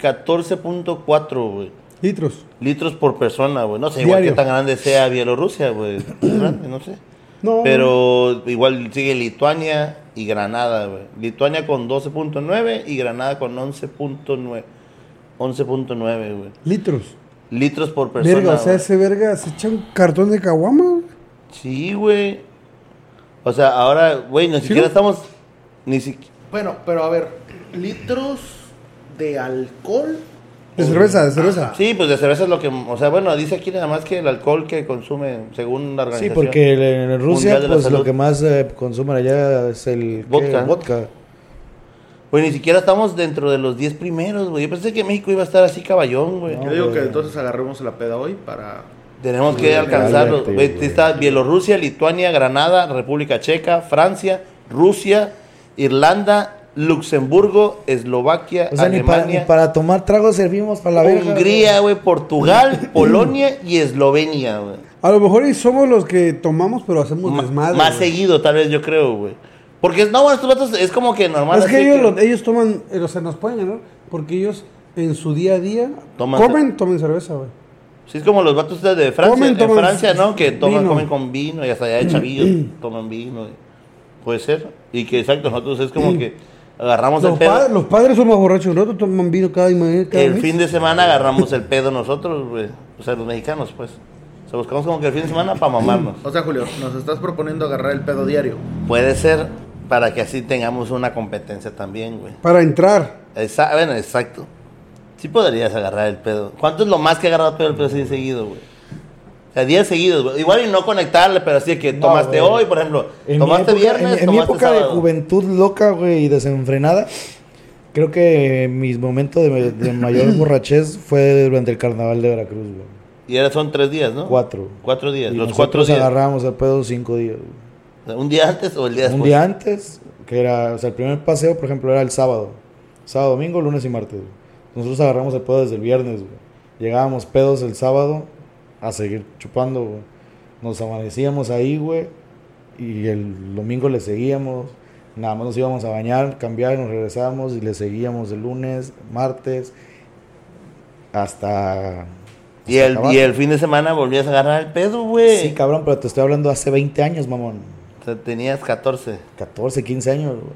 S1: 14.4, güey,
S3: Litros.
S1: Litros por persona, güey. No sé, igual
S3: Diario.
S1: que tan grande sea Bielorrusia, güey. Es grande, no sé.
S3: No.
S1: Pero igual sigue Lituania y Granada, güey. Lituania con 12.9 y Granada con 11.9. 11.9, güey.
S3: Litros.
S1: Litros por persona.
S3: Verga, o sea,
S1: güey.
S3: ese verga se echa un cartón de caguama, güey.
S1: Sí, güey. O sea, ahora, güey, ni siquiera
S3: no?
S1: estamos. Ni siquiera.
S4: Bueno, pero a ver, litros de alcohol.
S3: De cerveza, de cerveza.
S1: Sí, pues de cerveza es lo que. O sea, bueno, dice aquí nada más que el alcohol que consume, según la
S5: Sí,
S1: organización.
S5: porque el- en Rusia,
S1: Mundial de la
S5: pues lo
S1: Salud.
S5: que más eh, consumen allá es el ¿qué?
S1: Vodka.
S5: vodka.
S1: Güey, ni siquiera estamos dentro de los 10 primeros, güey. Yo pensé que México iba a estar así caballón, güey.
S3: Ah,
S4: Yo digo que entonces agarremos la peda hoy para.
S1: Tenemos que alcanzarlo.
S2: cállate,
S1: Güey,
S2: güey.
S1: está Bielorrusia, Lituania, Granada, República Checa, Francia, Rusia, Irlanda, Luxemburgo, Eslovaquia,
S5: O sea, ni para, ni
S1: Alemania,
S5: para tomar tragos servimos para la verga.
S1: Hungría, güey, Portugal, Polonia y Eslovenia, güey.
S3: A lo mejor y somos los que tomamos, pero hacemos
S1: Ah. Ma-
S3: desmadre.
S1: más
S3: güey.
S1: seguido, tal vez, yo creo, güey. Porque, no, bueno, estos vatos es como que normal.
S3: Es que
S1: así
S3: ellos, lo- ellos toman, eh, o sea, nos pueden ganar porque ellos en su día a día
S1: Toman-
S3: comen, tomen cerveza, güey.
S1: Sí, es como los vatos ustedes de Francia,
S3: Comen,
S1: en
S3: toman
S1: Francia, ¿no? Que toman,
S3: vino.
S1: comen con vino y hasta allá de chavillos toman vino. y- Puede ser. Y que exacto, nosotros es como que agarramos el
S3: Los,
S1: pedo.
S3: pa- los padres son más borrachos, nosotros toman vino cada, ima- cada
S1: el
S3: mes.
S1: fin de semana agarramos el pedo nosotros, güey. O sea, los mexicanos, pues. O sea, buscamos como que el fin de semana para mamarnos.
S4: O sea, Julio, nos estás proponiendo agarrar el pedo diario.
S1: Puede ser para que así tengamos una competencia también, güey.
S3: Para entrar.
S1: Esa- bueno, exacto. Sí podrías agarrar el pedo. ¿Cuánto es lo más que ha agarrado pedo el pedo así seguido, güey? O sea, 10 seguidos, güey. Igual y no conectarle, pero así de que tomaste
S2: güey.
S1: hoy, por ejemplo.
S2: En mi
S1: tomaste
S2: época-
S1: viernes,
S2: en- en mi
S1: tomaste
S2: época de
S1: sábado.
S2: juventud loca, güey, y desenfrenada, creo que mis momentos de, de mayor borrachez fue durante el carnaval de Veracruz, güey.
S1: Y ahora son 3 días, ¿no?
S2: Cuatro.
S1: Cuatro días.
S2: Y
S1: Los cuatro
S2: nosotros
S1: días.
S2: agarramos al pedo cinco días, güey.
S1: O sea, ¿Un día antes o el día después?
S2: Un día antes, que era, o sea, el primer paseo, por ejemplo, era el sábado. Sábado, domingo, lunes y martes. güey. Nosotros agarramos el pedo desde el viernes, güey. Llegábamos pedos el sábado a seguir chupando, güey. Nos amanecíamos ahí, güey. Y el domingo le seguíamos. Nada más nos íbamos a bañar, cambiar, nos regresábamos y le seguíamos el lunes, martes, hasta...
S1: Y
S2: hasta
S1: el,
S2: acabar.
S1: y el fin de semana volvías a agarrar el pedo, güey.
S2: Sí, cabrón, pero te estoy hablando hace 20 años, mamón.
S1: o sea, tenías 14.
S2: 14, 15 años, güey.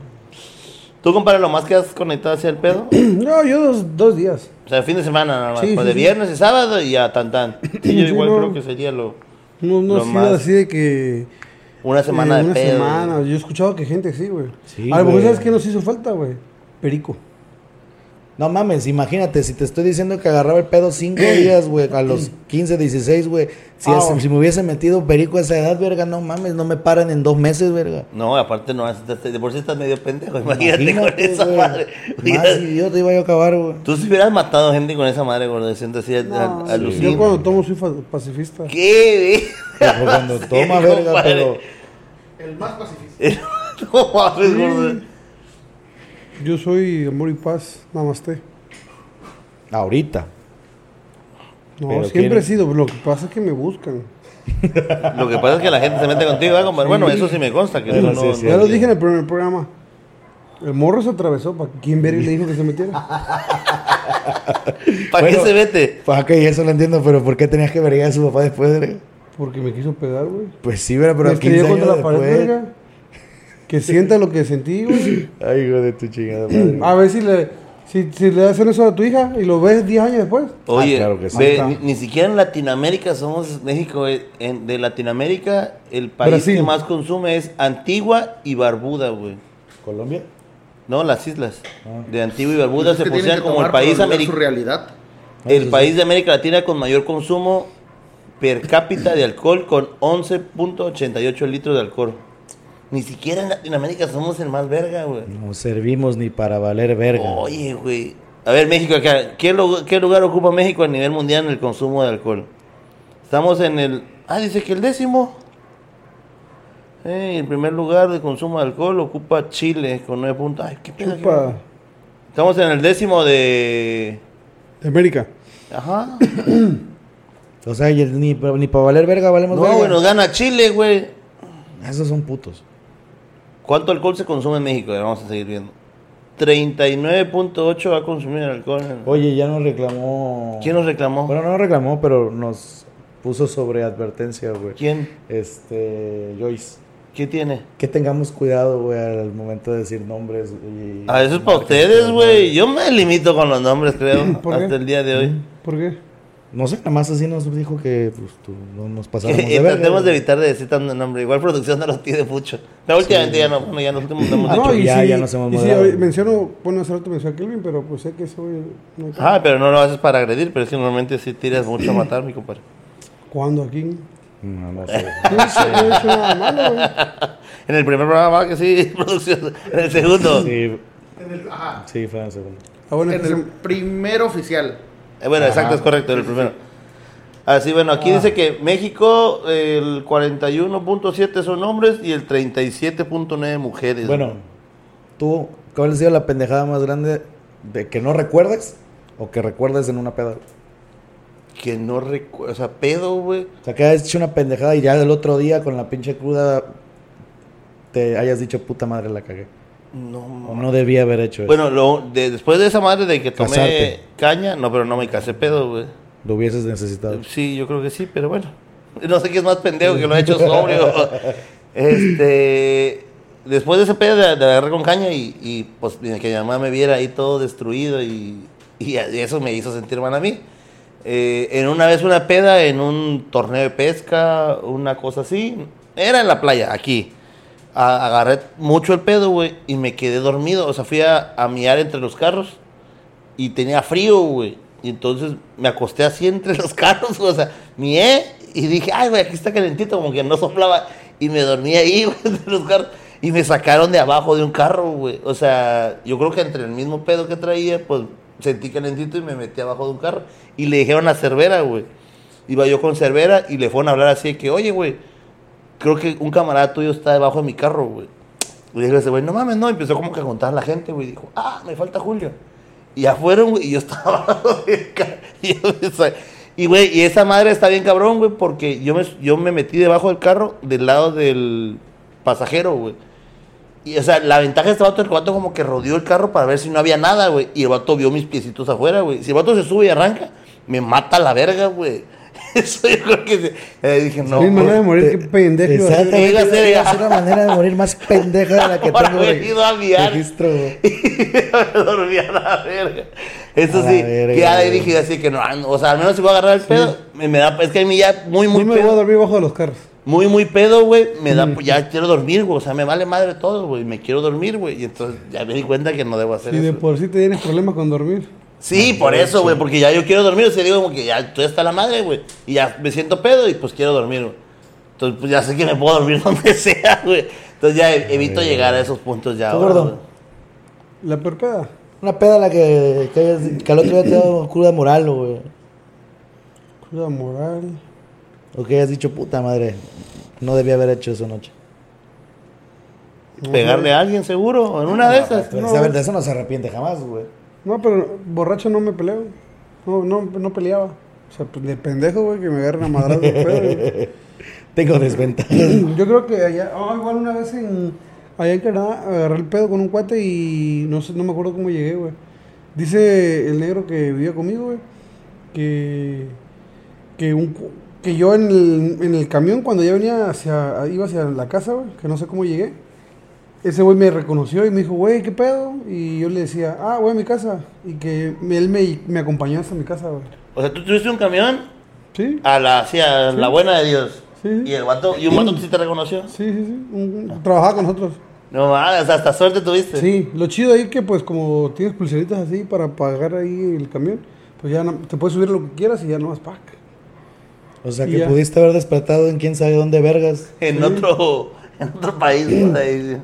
S1: ¿Tú comparas lo más que has conectado hacia el pedo?
S3: No, yo dos, dos días.
S1: O sea, el fin de semana, nada más.
S3: Sí,
S1: pues
S3: sí,
S1: de
S3: sí.
S1: viernes y sábado y ya tan tan. Sí, yo
S3: Sí,
S1: igual
S3: no.
S1: creo que sería lo.
S3: No, no
S1: Lo
S3: ha sido
S1: más-
S3: así de que.
S1: Una semana
S3: eh,
S1: de
S3: una
S1: pedo.
S3: semana. Yo he escuchado que gente sí, güey.
S2: Sí,
S3: a lo mejor,
S2: güey.
S3: ¿sabes qué nos hizo falta, güey? Perico.
S2: No mames, imagínate, si te estoy diciendo que agarraba el pedo cinco días, güey, a los 15, 16, güey. Si,
S3: Ah,
S2: es-
S3: bueno.
S2: si me hubiese metido perico a esa edad, verga, no mames, no me paran en dos meses, verga.
S1: No, aparte no, es- de de por sí estás medio pendejo, imagínate, con esa
S2: güey.
S1: madre.
S2: Más
S1: Hubieras-
S2: idiota iba yo a acabar, güey.
S1: Tú si hubieras matado gente con esa madre, gordo, siento así al- al- alucino.
S3: Yo cuando tomo soy fa- pacifista.
S1: ¿Qué?
S2: Pero pues, cuando toma, verga,
S1: compadre.
S2: pero...
S4: El más pacifista.
S1: no mames, gordo.
S3: Yo soy amor y paz. Namaste.
S2: Ahorita.
S3: No,
S2: Pero
S3: siempre
S2: quién-
S3: he sido. Lo que pasa es que me buscan.
S1: Lo que pasa es que la gente se mete contigo, ¿verdad, compadre? Bueno, eso sí me consta que
S2: Pero
S1: tú
S2: sí
S1: no.
S2: es
S1: no-
S3: Ya lo dije en el primer programa. El morro se atravesó. ¿Para quién ver y le dijo que se metiera?
S1: ¿Para
S2: Bueno.
S1: qué se mete?
S2: Pues ok, eso lo entiendo, pero ¿por qué tenías que vergar a su papá después, verga?
S3: Porque me quiso pegar, güey.
S2: Pues sí, verga, pero
S3: Me
S2: a 15
S3: estrellé
S2: años
S3: contra la pared,
S2: después...
S3: verga. Que sienta lo que sentí, güey.
S2: Ay, hijo de tu chingada madre.
S3: A ver si le, si, si le hacen eso a tu hija y lo ves 10 años después.
S1: Oye,
S2: Ah, claro que sí.
S1: ve,
S3: Ajá.
S1: ni, ni siquiera en Latinoamérica somos México. eh, en- de Latinoamérica, el país
S3: Brasil.
S1: que más consume es Antigua y Barbuda, güey.
S2: ¿Colombia?
S1: No, las islas
S2: Ah.
S1: de Antigua y Barbuda
S4: Es
S1: se
S4: que tienen
S1: pusieron
S4: que
S1: como el
S4: tomar para
S1: país,
S4: olvidar
S1: ameri-
S4: su realidad.
S2: Ah,
S1: el país de América Latina con mayor consumo per cápita de alcohol con 11.88 litros de alcohol. Ni siquiera en Latinoamérica somos el más verga, güey.
S2: No servimos ni para valer verga.
S1: Oye, güey. A ver, México acá. ¿Qué, lu- ¿Qué lugar ocupa México a nivel mundial en el consumo de alcohol? Estamos en el... Ah, dice que el décimo. Eh, el primer lugar de consumo de alcohol ocupa Chile con 9 puntos. Ay, qué pena que-
S3: Chupa.
S1: Estamos en el décimo de...
S3: De América.
S1: Ajá.
S2: O sea, y el- ni, pa- ni para valer verga valemos
S1: No,
S2: verga.
S1: güey, nos gana Chile, güey.
S2: Esos son putos.
S1: ¿Cuánto alcohol se consume en México? Ya Vamos a seguir viendo. 39.8 va a consumir el alcohol.
S2: Oye, ya nos reclamó.
S1: ¿Quién nos reclamó?
S2: Bueno, no nos reclamó, pero nos puso sobre advertencia, güey.
S1: ¿Quién?
S2: Este, Joyce.
S1: ¿Qué tiene?
S2: Que tengamos cuidado, güey, al momento de decir nombres. Y,
S1: Ah, eso es para ustedes, güey. Yo me limito con los nombres, creo,
S3: ¿Por qué?
S1: hasta el día de hoy.
S3: ¿Por qué?
S2: No sé, nada más así nos dijo que pues, tú, no nos pasáramos
S1: Y
S2: de verga.
S1: tratemos de
S2: güey.
S1: evitar de decir tanto nombre. Igual producción no los pide mucho. No, últimamente ya no, bueno, ya no tenemos
S2: Ah,
S1: mucho.
S2: no, ya- ya nos hemos
S3: y si
S2: moderado.
S3: hoy menciono, bueno, hace rato mencioné a Kelvin, pero pues sé que eso, güey, no hay-
S1: Ah, pero no lo haces para agredir, pero es que normalmente sí tiras mucho a matar, mi compadre.
S2: Ah.
S3: ¿Cuándo aquí?
S2: No, no sé.
S3: No he hecho- no he hecho nada malo, güey.
S1: En el primer programa va que sí, producción. En el segundo.
S2: Sí,
S4: En el, ajá.
S2: sí, fue en el segundo.
S3: Ah, bueno,
S4: En
S3: que
S4: el
S3: se-
S4: primer oficial.
S1: Eh, Bueno, exacto, es correcto, el primero. Así, bueno,
S2: Ah.
S1: aquí dice que México, el 41.7 son hombres y el 37.9 mujeres.
S2: Bueno, tú, ¿cuál ha sido la pendejada más grande de que no recuerdes o que recuerdes en una peda?
S1: que no recuerdo, o sea, pedo, güey.
S2: O sea, que has hecho una pendejada y ya el otro día con la pinche cruda te hayas dicho, puta madre, la cagué.
S1: No,
S2: O no debía haber hecho eso.
S1: Bueno, lo, de- después de esa madre de que tomé
S2: Casarte.
S1: caña, no, pero no me casé pedo, güey.
S2: Lo hubieses necesitado.
S1: Sí, yo creo que sí, pero bueno. No sé qué es más pendejo que lo ha hecho sobrio. este. Después de ese pedo de, de agarrar con caña y, y, pues ni que mi mamá me viera ahí todo destruido y, y a- eso me hizo sentir mal a mí. Eh, en una vez una peda en un torneo de pesca, una cosa así. Era en la playa, aquí. A- agarré mucho el pedo, güey, y me quedé dormido. O sea, fui a, a miar entre los carros y tenía frío, güey. Y entonces me acosté así entre los carros, o sea, mié y dije, ay, güey, aquí está calentito, como que no soplaba. Y me dormí ahí, güey, entre los carros. Y me sacaron de abajo de un carro, güey. O sea, yo creo que entre el mismo pedo que traía, pues sentí calentito y me metí abajo de un carro. Y le dijeron a Cervera, güey. Iba yo con Cervera y le fueron a hablar así de que, oye, güey, creo que un camarada tuyo está debajo de mi carro, güey. Y dijo ese güey, no mames, no. Empezó como que a contar a la gente, güey. Dijo, ah, me falta Julio. Y ya fueron, güey. Y yo estaba abajo del ca- y yo me sa- Y, güey, y esa madre está bien cabrón, güey, porque yo me, yo me metí debajo del carro del lado del pasajero, güey. Y, o sea, la ventaja de este vato es que el vato como que rodeó el carro para ver si no había nada, güey. Y el vato vio mis piecitos afuera, güey. Si el vato se sube y arranca, me mata la verga, güey. Eso yo creo que... se- eh, dije, no,
S3: mi manera
S1: güey.
S3: de morir,
S2: te-
S3: qué pendejo.
S2: Exactamente,
S1: Iba a ser-
S2: iba a ser una manera de morir más pendeja de la que
S1: Ahora
S2: tengo
S1: hubiera ido a miar.
S2: registro, güey.
S1: me dormí a la verga. Eso
S2: A la
S1: sí,
S2: verga,
S1: que ya
S2: güey.
S1: dije así que no, ah, no, o sea, al menos si voy a agarrar el pedo, me, me da, es que a mí ya muy, muy
S3: Yo me voy a
S1: pedo,
S3: dormir Mm. bajo de los carros.
S1: muy, muy pedo, güey, me da, ya quiero dormir, güey, o sea, me vale madre todo, güey, me quiero dormir, güey, y entonces ya me di cuenta que no debo hacer
S3: Si de
S1: eso.
S3: por Ah, sí te tienes problemas con dormir.
S1: Sí, por eso, güey, porque ya yo quiero dormir, o sea, digo como que ya estoy hasta la madre, güey, y ya me siento pedo y pues quiero dormir, güey. Entonces, pues ya sé que me puedo dormir donde sea, güey. Entonces ya e- evito llegar a esos puntos ya.
S2: Tú,
S1: ahora,
S2: gordo.
S1: güey.
S3: La perpeda.
S2: Una peda a la que, que, hayas- que al otro día te dado cruda moral, güey.
S3: Cruda pues, moral.
S2: O que hayas dicho, puta madre, no debía haber hecho eso anoche.
S1: Pegarle a alguien seguro, o en una de
S3: Pues,
S1: esas.
S2: Pero esa verdad, eso no se arrepiente jamás, güey.
S3: No, pero borracho no me peleo. No, no, no peleaba. O sea, pues, de pendejo, güey, que me agarran a madrazos. pedo, güey.
S2: Tengo desventajas.
S3: Yo creo que allá, ah, igual una vez en, allá en Canadá agarré el pedo con un cuate y no sé, no me acuerdo cómo llegué, güey. Dice el negro que vivía conmigo, güey, que, que, un, cu- que yo en el, en el camión cuando ya venía hacia, iba hacia la casa, güey, que no sé cómo llegué, ese güey me reconoció y me dijo, güey, ¿qué pedo? Y yo le decía, ah, güey, mi casa. Y que me- él me, me acompañó hasta mi casa, güey.
S1: O sea, tú tuviste un camión
S3: ¿Sí?
S1: a la, así, a la buena de Dios.
S3: Sí.
S1: Y el vato, y un vato sí te reconoció.
S3: Sí, sí, sí. Un- un- trabajaba con nosotros.
S1: No mames, o sea, hasta suerte tuviste.
S3: Sí, lo chido ahí que pues como tienes pulseritas así para pagar ahí el camión, pues ya no- te puedes subir lo que quieras y ya no vas pack.
S2: O sea,
S3: Y
S2: que
S3: ya.
S2: pudiste haber despertado en quién sabe dónde vergas.
S1: En otro, en otro país, por ahí, sí.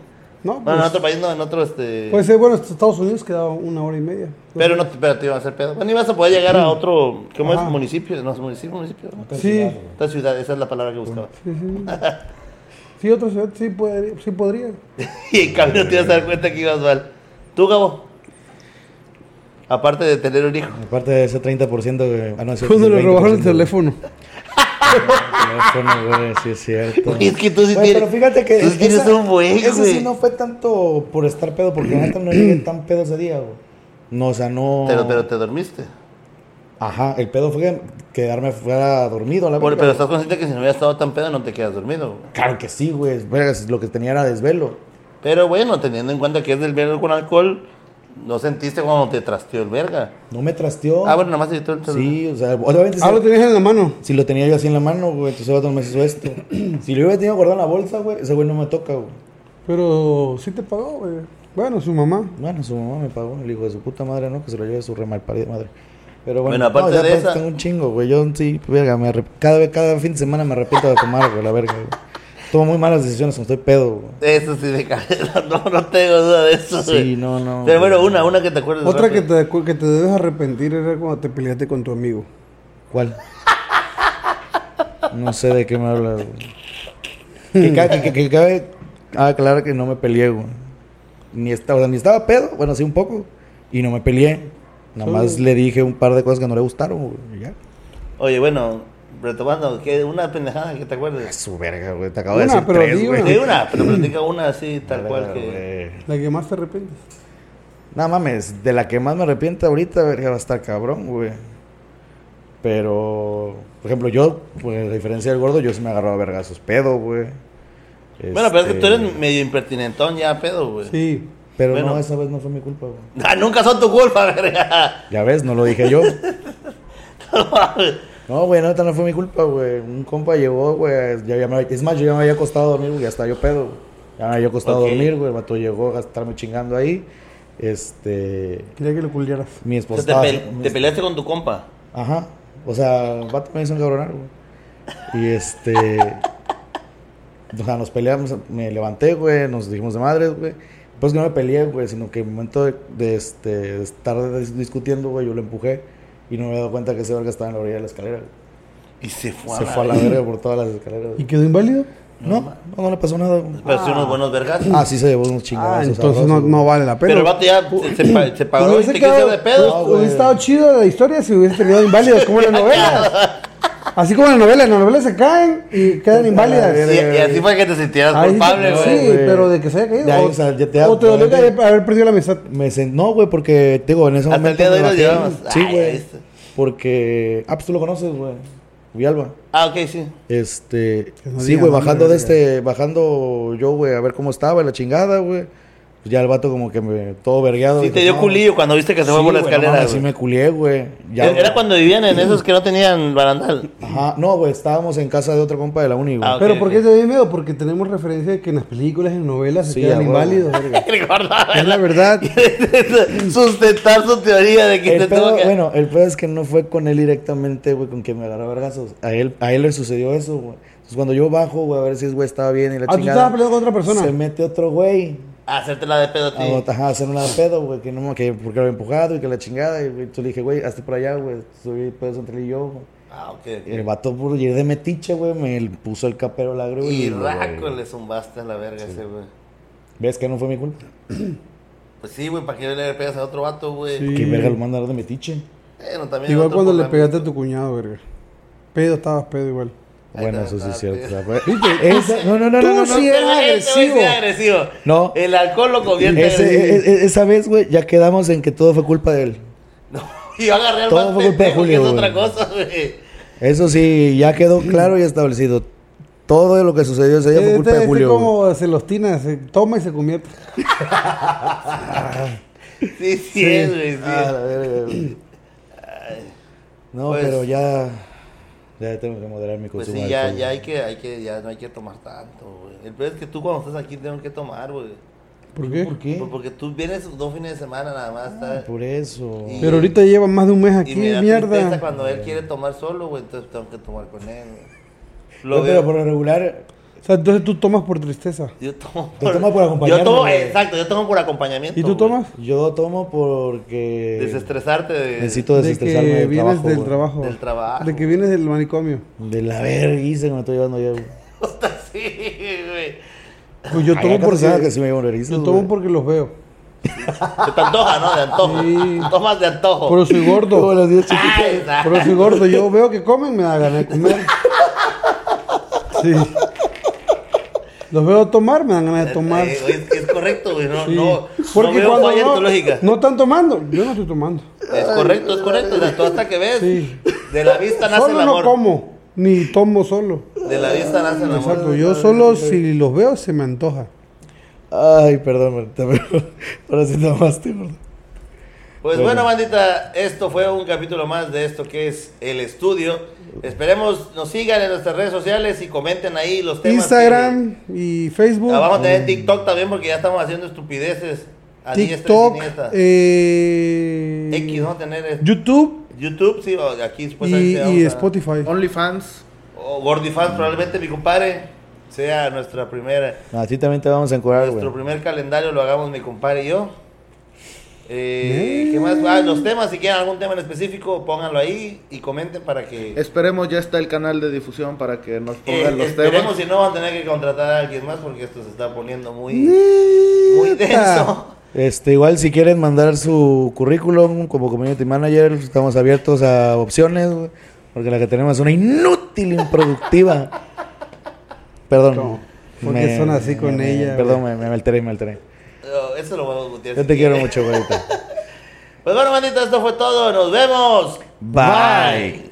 S3: No,
S1: Bueno, en
S3: pues,
S1: otro país no, en otro este.
S3: puede ser, bueno, hasta Estados Unidos quedaba una hora y media.
S1: pero no te, pero te iban a hacer pedo. Bueno, ibas a poder llegar a otro, ¿cómo
S3: pues, Ajá.
S1: es? Municipio, no es municipio, municipio. ¿no?
S3: Sí,
S1: Esta ciudad, esa es la palabra que buscaba.
S3: sí, otra ciudad sí, puede, sí podría.
S1: Y en cambio te ibas a dar cuenta que ibas mal. ¿Tú, Gabo? Aparte de tener un hijo.
S2: Aparte de ese 30% que... Ah, no, ese
S3: Cuando le
S2: 20%,
S3: robaron el
S2: güey.
S3: teléfono.
S2: Teléfono, güey, sí es cierto.
S1: Güey, es que tú sí
S2: Güey,
S1: tienes.
S2: pero fíjate que
S1: Tú sí tienes
S2: esa-
S1: un buen,
S2: ese
S1: güey.
S2: sí no fue tanto por estar pedo, porque la neta no llegué tan pedo ese día, güey. No, o sea, no...
S1: Pero, pero te dormiste.
S2: Ajá, el pedo fue quedarme fuera dormido a la
S1: Por-
S2: verga,
S1: pero
S2: güey.
S1: estás consciente que si no hubieras estado tan pedo no te quedas dormido. güey.
S2: Claro que sí, güey. vergas, Lo que tenía era desvelo.
S1: Pero bueno, teniendo en cuenta que es del verga con alcohol, no sentiste cuando te trasteó el verga.
S2: No me trasteó.
S1: Ah, bueno, nada más se todo el
S2: Sí, o sea, obviamente si,
S3: Ah, lo tenías en la mano.
S2: si lo tenía yo así en la mano, güey, entonces el vato no me hizo esto. si lo hubiera tenido guardado en la bolsa, güey, ese güey no me toca, güey.
S3: Pero sí te pagó, güey. Bueno, su mamá.
S2: Bueno, su mamá me pagó, el hijo de su puta madre, ¿no? Que se lo lleve su remal parido madre. Pero
S1: Bueno,
S2: bueno,
S1: aparte
S2: no, o sea,
S1: de
S2: aparte
S1: esa-
S2: tengo un chingo, güey. Yo sí, verga, me arrep- cada, vez- cada fin de semana me arrepiento de tomar, güey, la verga, güey. Tomo muy malas decisiones cuando estoy pedo, güey.
S1: Eso sí, de cabeza. No, no tengo duda de eso.
S2: Sí,
S1: güey.
S2: no, no,
S1: Pero bueno,
S2: güey.
S1: una, una que te acuerdes.
S3: Otra que
S1: rápido.
S3: te, acu- que te debes arrepentir era cuando te peleaste con tu amigo.
S2: ¿Cuál? No sé de qué me hablas, güey. Que, ca- que- que- que cabe aclarar que no me peleé, güey. Ni estaba, ni estaba pedo, bueno, sí un poco. Y no me peleé. Nada más le dije un par de cosas que no le gustaron, güey. y ya.
S1: Oye, bueno, retomando, ¿qué? una pendejada que te
S2: A
S1: acuerdes.
S2: Su verga, güey. Te acabo de
S3: Una,
S2: decir
S3: pero
S2: tres,
S3: di
S2: güey.
S3: una.
S1: De una, pero platica una así, tal cual que.
S2: Güey.
S3: La que más te arrepientes.
S2: No mames, de la que más me arrepiento ahorita, verga, va a estar cabrón, güey. Pero, por ejemplo, yo, pues, a diferencia del gordo, yo sí me agarraba a vergazos pedo, güey.
S1: Bueno, pero es que tú
S2: Este,
S1: eres medio impertinentón ya, pedo, güey.
S3: Sí.
S2: Pero
S1: bueno.
S2: no, esa vez no fue mi culpa, güey.
S1: Ah, nunca son tu culpa, verga.
S2: Ya ves, no lo dije yo.
S1: No mames.
S2: No, güey, neta, no fue mi culpa, güey. Un compa llegó, güey. ya- ya me- es más, yo ya me había acostado a dormir, güey. Ya estaba yo pedo, güey. Ya me había acostado
S1: Ok.
S2: a dormir, güey. El vato llegó a estarme chingando ahí. Este.
S3: Quería que lo culiaras.
S2: Mi
S1: O
S2: esposa.
S1: sea, te,
S2: estaba-
S1: pe- te peleaste con tu compa.
S2: Ajá. O sea, el vato me hizo encabronar, güey. Y este. o sea, nos peleamos. Me levanté, güey. Nos dijimos de madres, güey. Pues que no me peleé, güey, sino que en el momento de, de, este, de estar dis- discutiendo, güey, yo lo empujé y no me había dado cuenta que ese verga estaba en la orilla de la escalera. güey.
S1: Y se fue a
S2: Se
S1: la-
S2: fue a la verga por todas las escaleras.
S3: ¿Y
S2: güey.
S3: quedó inválido?
S2: No, no, no le pasó nada. güey.
S1: Pero sí unos buenos vergas.
S2: Ah, sí se llevó unos chingados.
S3: Ah, entonces no, no vale la pena.
S1: pero el vato ya se, se pa- se
S3: Pues
S1: pagó y
S3: hubiese
S1: te quiso
S3: quedado-
S1: de pedo.
S2: No,
S3: hubiese
S2: güey.
S3: estado chido la historia si hubiese terminado inválidos, como en las novelas. Así como en las novelas, en las novelas se caen y quedan
S1: Sí,
S3: inválidas.
S1: y, así fue que te sintieras
S3: Ahí sí
S1: culpable,
S3: te-
S1: güey.
S3: Sí,
S2: güey.
S3: pero de que se haya caído.
S2: Ya,
S3: o,
S2: o sea, ya te-
S3: o te dolió
S2: ya-
S3: que haya- haber perdido la amistad.
S2: Me sen- no, güey, porque, te digo, en ese
S1: Hasta el
S2: momento.
S1: día de
S2: me
S1: hoy nos
S2: bajé.
S1: llevamos.
S2: Sí,
S1: Ay, ya
S2: güey.
S1: viste.
S2: Porque. Ah, pues tú lo conoces, güey. Villalba.
S1: Ah, ok, sí.
S2: Este.
S3: Que no
S2: sí,
S3: diga
S2: güey,
S3: nombre,
S2: bajando de
S3: verga.
S2: este. Bajando yo, güey, a ver cómo estaba, la chingada, güey. Pues ya el vato como que me. Todo vergueado.
S1: Sí
S2: dije,
S1: te dio
S2: no,
S1: culillo cuando viste que se
S2: sí,
S1: fue por la
S2: güey, no
S1: escalera,
S2: mames, sí
S1: güey.
S2: me culié, güey. Ya,
S1: Era
S2: güey.
S1: cuando vivían en esos que no tenían barandal.
S2: Ajá. No, güey, estábamos en casa de otro compa de la uni, güey.
S1: Ah, ok.
S3: Pero ¿por qué te doy miedo? Porque tenemos referencia de que en las películas, en las novelas se
S2: Sí,
S3: quedan
S2: a huevo.
S3: inválidos. verga. Es la verdad.
S1: Sustentar su teoría de que
S2: El
S1: te
S2: pedo-
S1: tuvo que...
S2: Bueno, el pedo es que no fue con él directamente, güey, con quien me agarró a vergazos. A él, a él le sucedió eso, güey. Entonces cuando yo bajo, güey, a ver si el güey estaba bien y la
S3: Ah, tú
S2: chingada.
S3: estabas peleando con otra persona.
S2: Se mete otro güey.
S1: Hacértela de pedo a
S2: A,
S1: ti.
S2: ajá, a hacer una pedo, güey, que no, que porque lo había empujado y que la chingada. Y güey, yo le dije, güey, hazte por allá, güey. Subí pedos entre él y yo, güey.
S1: Ah, ok.
S2: Y El vato por ir de metiche, güey, me el- puso el capero la grúa.
S1: Y
S2: güey,
S1: raco le zumbaste a la verga ese, güey.
S2: ¿Ves que no fue mi culpa?
S1: Pues sí, güey, ¿para qué le pegas a otro vato, güey?
S3: Sí.
S2: Que verga lo mandaron de metiche.
S1: Bueno, también
S3: Igual
S1: otro
S3: cuando le
S1: problema.
S3: pegaste a tu cuñado, verga. Pedo, estabas pedo igual.
S1: Ahí
S2: Bueno,
S1: está,
S2: eso sí es
S1: está,
S2: cierto.
S1: está.
S2: o sea, fue- esa- no, no, no,
S3: Tú
S2: no, no, no.
S3: sí eras
S1: Este güey sí
S3: agresivo.
S1: era agresivo.
S2: No.
S1: El alcohol lo convierte
S2: Ese-
S1: en...
S2: e- e- esa vez, güey, ya quedamos en que todo fue culpa de él.
S1: No, y yo agarré al
S2: Todo
S1: más
S2: fue culpa de
S1: pendejo,
S2: Julio,
S1: que es
S2: güey.
S1: otra cosa, güey.
S2: Eso sí, ya quedó claro y establecido. Todo lo que sucedió ese día fue
S3: Este-
S2: culpa de
S3: este
S2: Julio. güey.
S3: como celostina, se toma y se convierte.
S1: Sí, sí, es, güey, sí.
S2: Ah, la verga, güey. No,
S1: Pues-
S2: pero ya. Ya tengo que moderar mi
S1: Pues
S2: consumo.
S1: sí,
S2: de
S1: ya,
S2: alcohol,
S1: ya hay
S2: güey.
S1: que, hay que, ya no hay que tomar tanto, güey. El peor es que tú cuando estás aquí tienes que tomar, güey.
S3: ¿Por qué?
S2: ¿Por qué?
S1: Pues porque tú vienes dos fines de semana nada más, ¿sabes?
S2: Por eso.
S1: Y-
S3: Pero ahorita lleva más de un mes
S1: Y
S3: aquí,
S1: me da tristeza
S3: mierda.
S1: cuando él quiere tomar solo, güey, entonces tengo que tomar con él, güey. Lo
S2: No, pero
S1: veo-
S2: por lo regular.
S3: O sea, entonces tú tomas por tristeza.
S1: Yo tomo
S2: Tú tomas por acompañamiento,
S1: Yo tomo,
S2: güey.
S1: exacto, yo tomo por acompañamiento.
S3: ¿Y tú
S1: güey.
S3: tomas?
S2: Yo tomo porque.
S1: Desestresarte de,
S2: Necesito
S3: de que
S2: desestresarme del
S3: vienes
S2: trabajo.
S3: del
S2: güey.
S3: trabajo.
S1: del trabajo.
S3: De que vienes del manicomio.
S2: De la vergüenza que me estoy llevando ya, güey.
S1: Puta, sí, güey.
S3: Pues yo
S2: Ay,
S3: tomo
S2: acá tú sabes
S3: porque,
S2: que sí me llevo vergüenza,
S3: yo tomo
S2: güey.
S3: porque los veo.
S1: Se te antoja, ¿no? De antojo.
S3: Sí.
S1: Tomas de antojo.
S3: Pero soy
S2: Como
S3: gordo.
S2: los días chiquitos.
S1: Ay, está.
S3: Pero soy gordo. Yo veo que comen, me da ganas de comer. Sí. Los veo tomar, me dan ganas de tomar.
S1: Eh, güey, es, es correcto, güey. No,
S3: Sí.
S1: no, no
S3: Porque
S1: veo
S3: cuando
S1: falla en
S3: no,
S1: tu lógica.
S3: no están tomando, yo no estoy tomando.
S1: Es correcto, es correcto. O sea, tú hasta que ves,
S3: Sí.
S1: de la vista nace el
S3: Solo no
S1: amor.
S3: como, ni tomo solo.
S1: De la vista nace el amor.
S3: Exacto, yo solo si los veo se me antoja.
S2: Ay, perdón, Marta, pero ahora sí te amaste, gordo.
S1: Pues bueno, bandita, esto fue un capítulo más de esto que es el estudio. Esperemos nos sigan en nuestras redes sociales y comenten ahí los temas.
S3: Instagram y
S1: que-
S3: Facebook,
S1: Ah, vamos a tener TikTok también porque ya estamos haciendo estupideces a diestra y
S3: TikTok,
S1: siniestra.
S3: eh,
S1: X, vamos a tener eh,
S3: YouTube
S1: YouTube, sí, o- aquí después ahí
S3: y,
S1: te vamos
S3: y
S1: a-
S3: Spotify.
S4: OnlyFans.
S1: O Gordifans, probablemente mi compadre sea nuestra primera.
S2: A ti también te vamos a encurar, güey.
S1: Nuestro primer calendario lo hagamos mi compadre y yo. Eh, ¿Qué más? Ah, los temas, si quieren algún tema en específico, pónganlo ahí y comenten para que...
S4: Esperemos ya está el canal de difusión para que nos
S1: Eh,
S4: pongan los
S1: esperemos
S4: temas.
S1: si no van a tener que contratar a alguien más porque esto se está poniendo muy, muy denso.
S2: Este, igual si quieren mandar su currículum como community manager, estamos abiertos a opciones, güey. Porque la que tenemos es una inútil, improductiva. Perdón.
S3: ¿Cómo? ¿Por qué son así con
S2: me-
S3: ella,
S2: Perdón, me, me alteré, me alteré.
S1: Eh, Eso lo vamos a mutear.
S2: Yo
S1: si
S2: te
S1: quieres.
S2: quiero mucho, güey. ahorita.
S1: Pues bueno, bandita, esto fue todo. Nos vemos.
S2: Bye.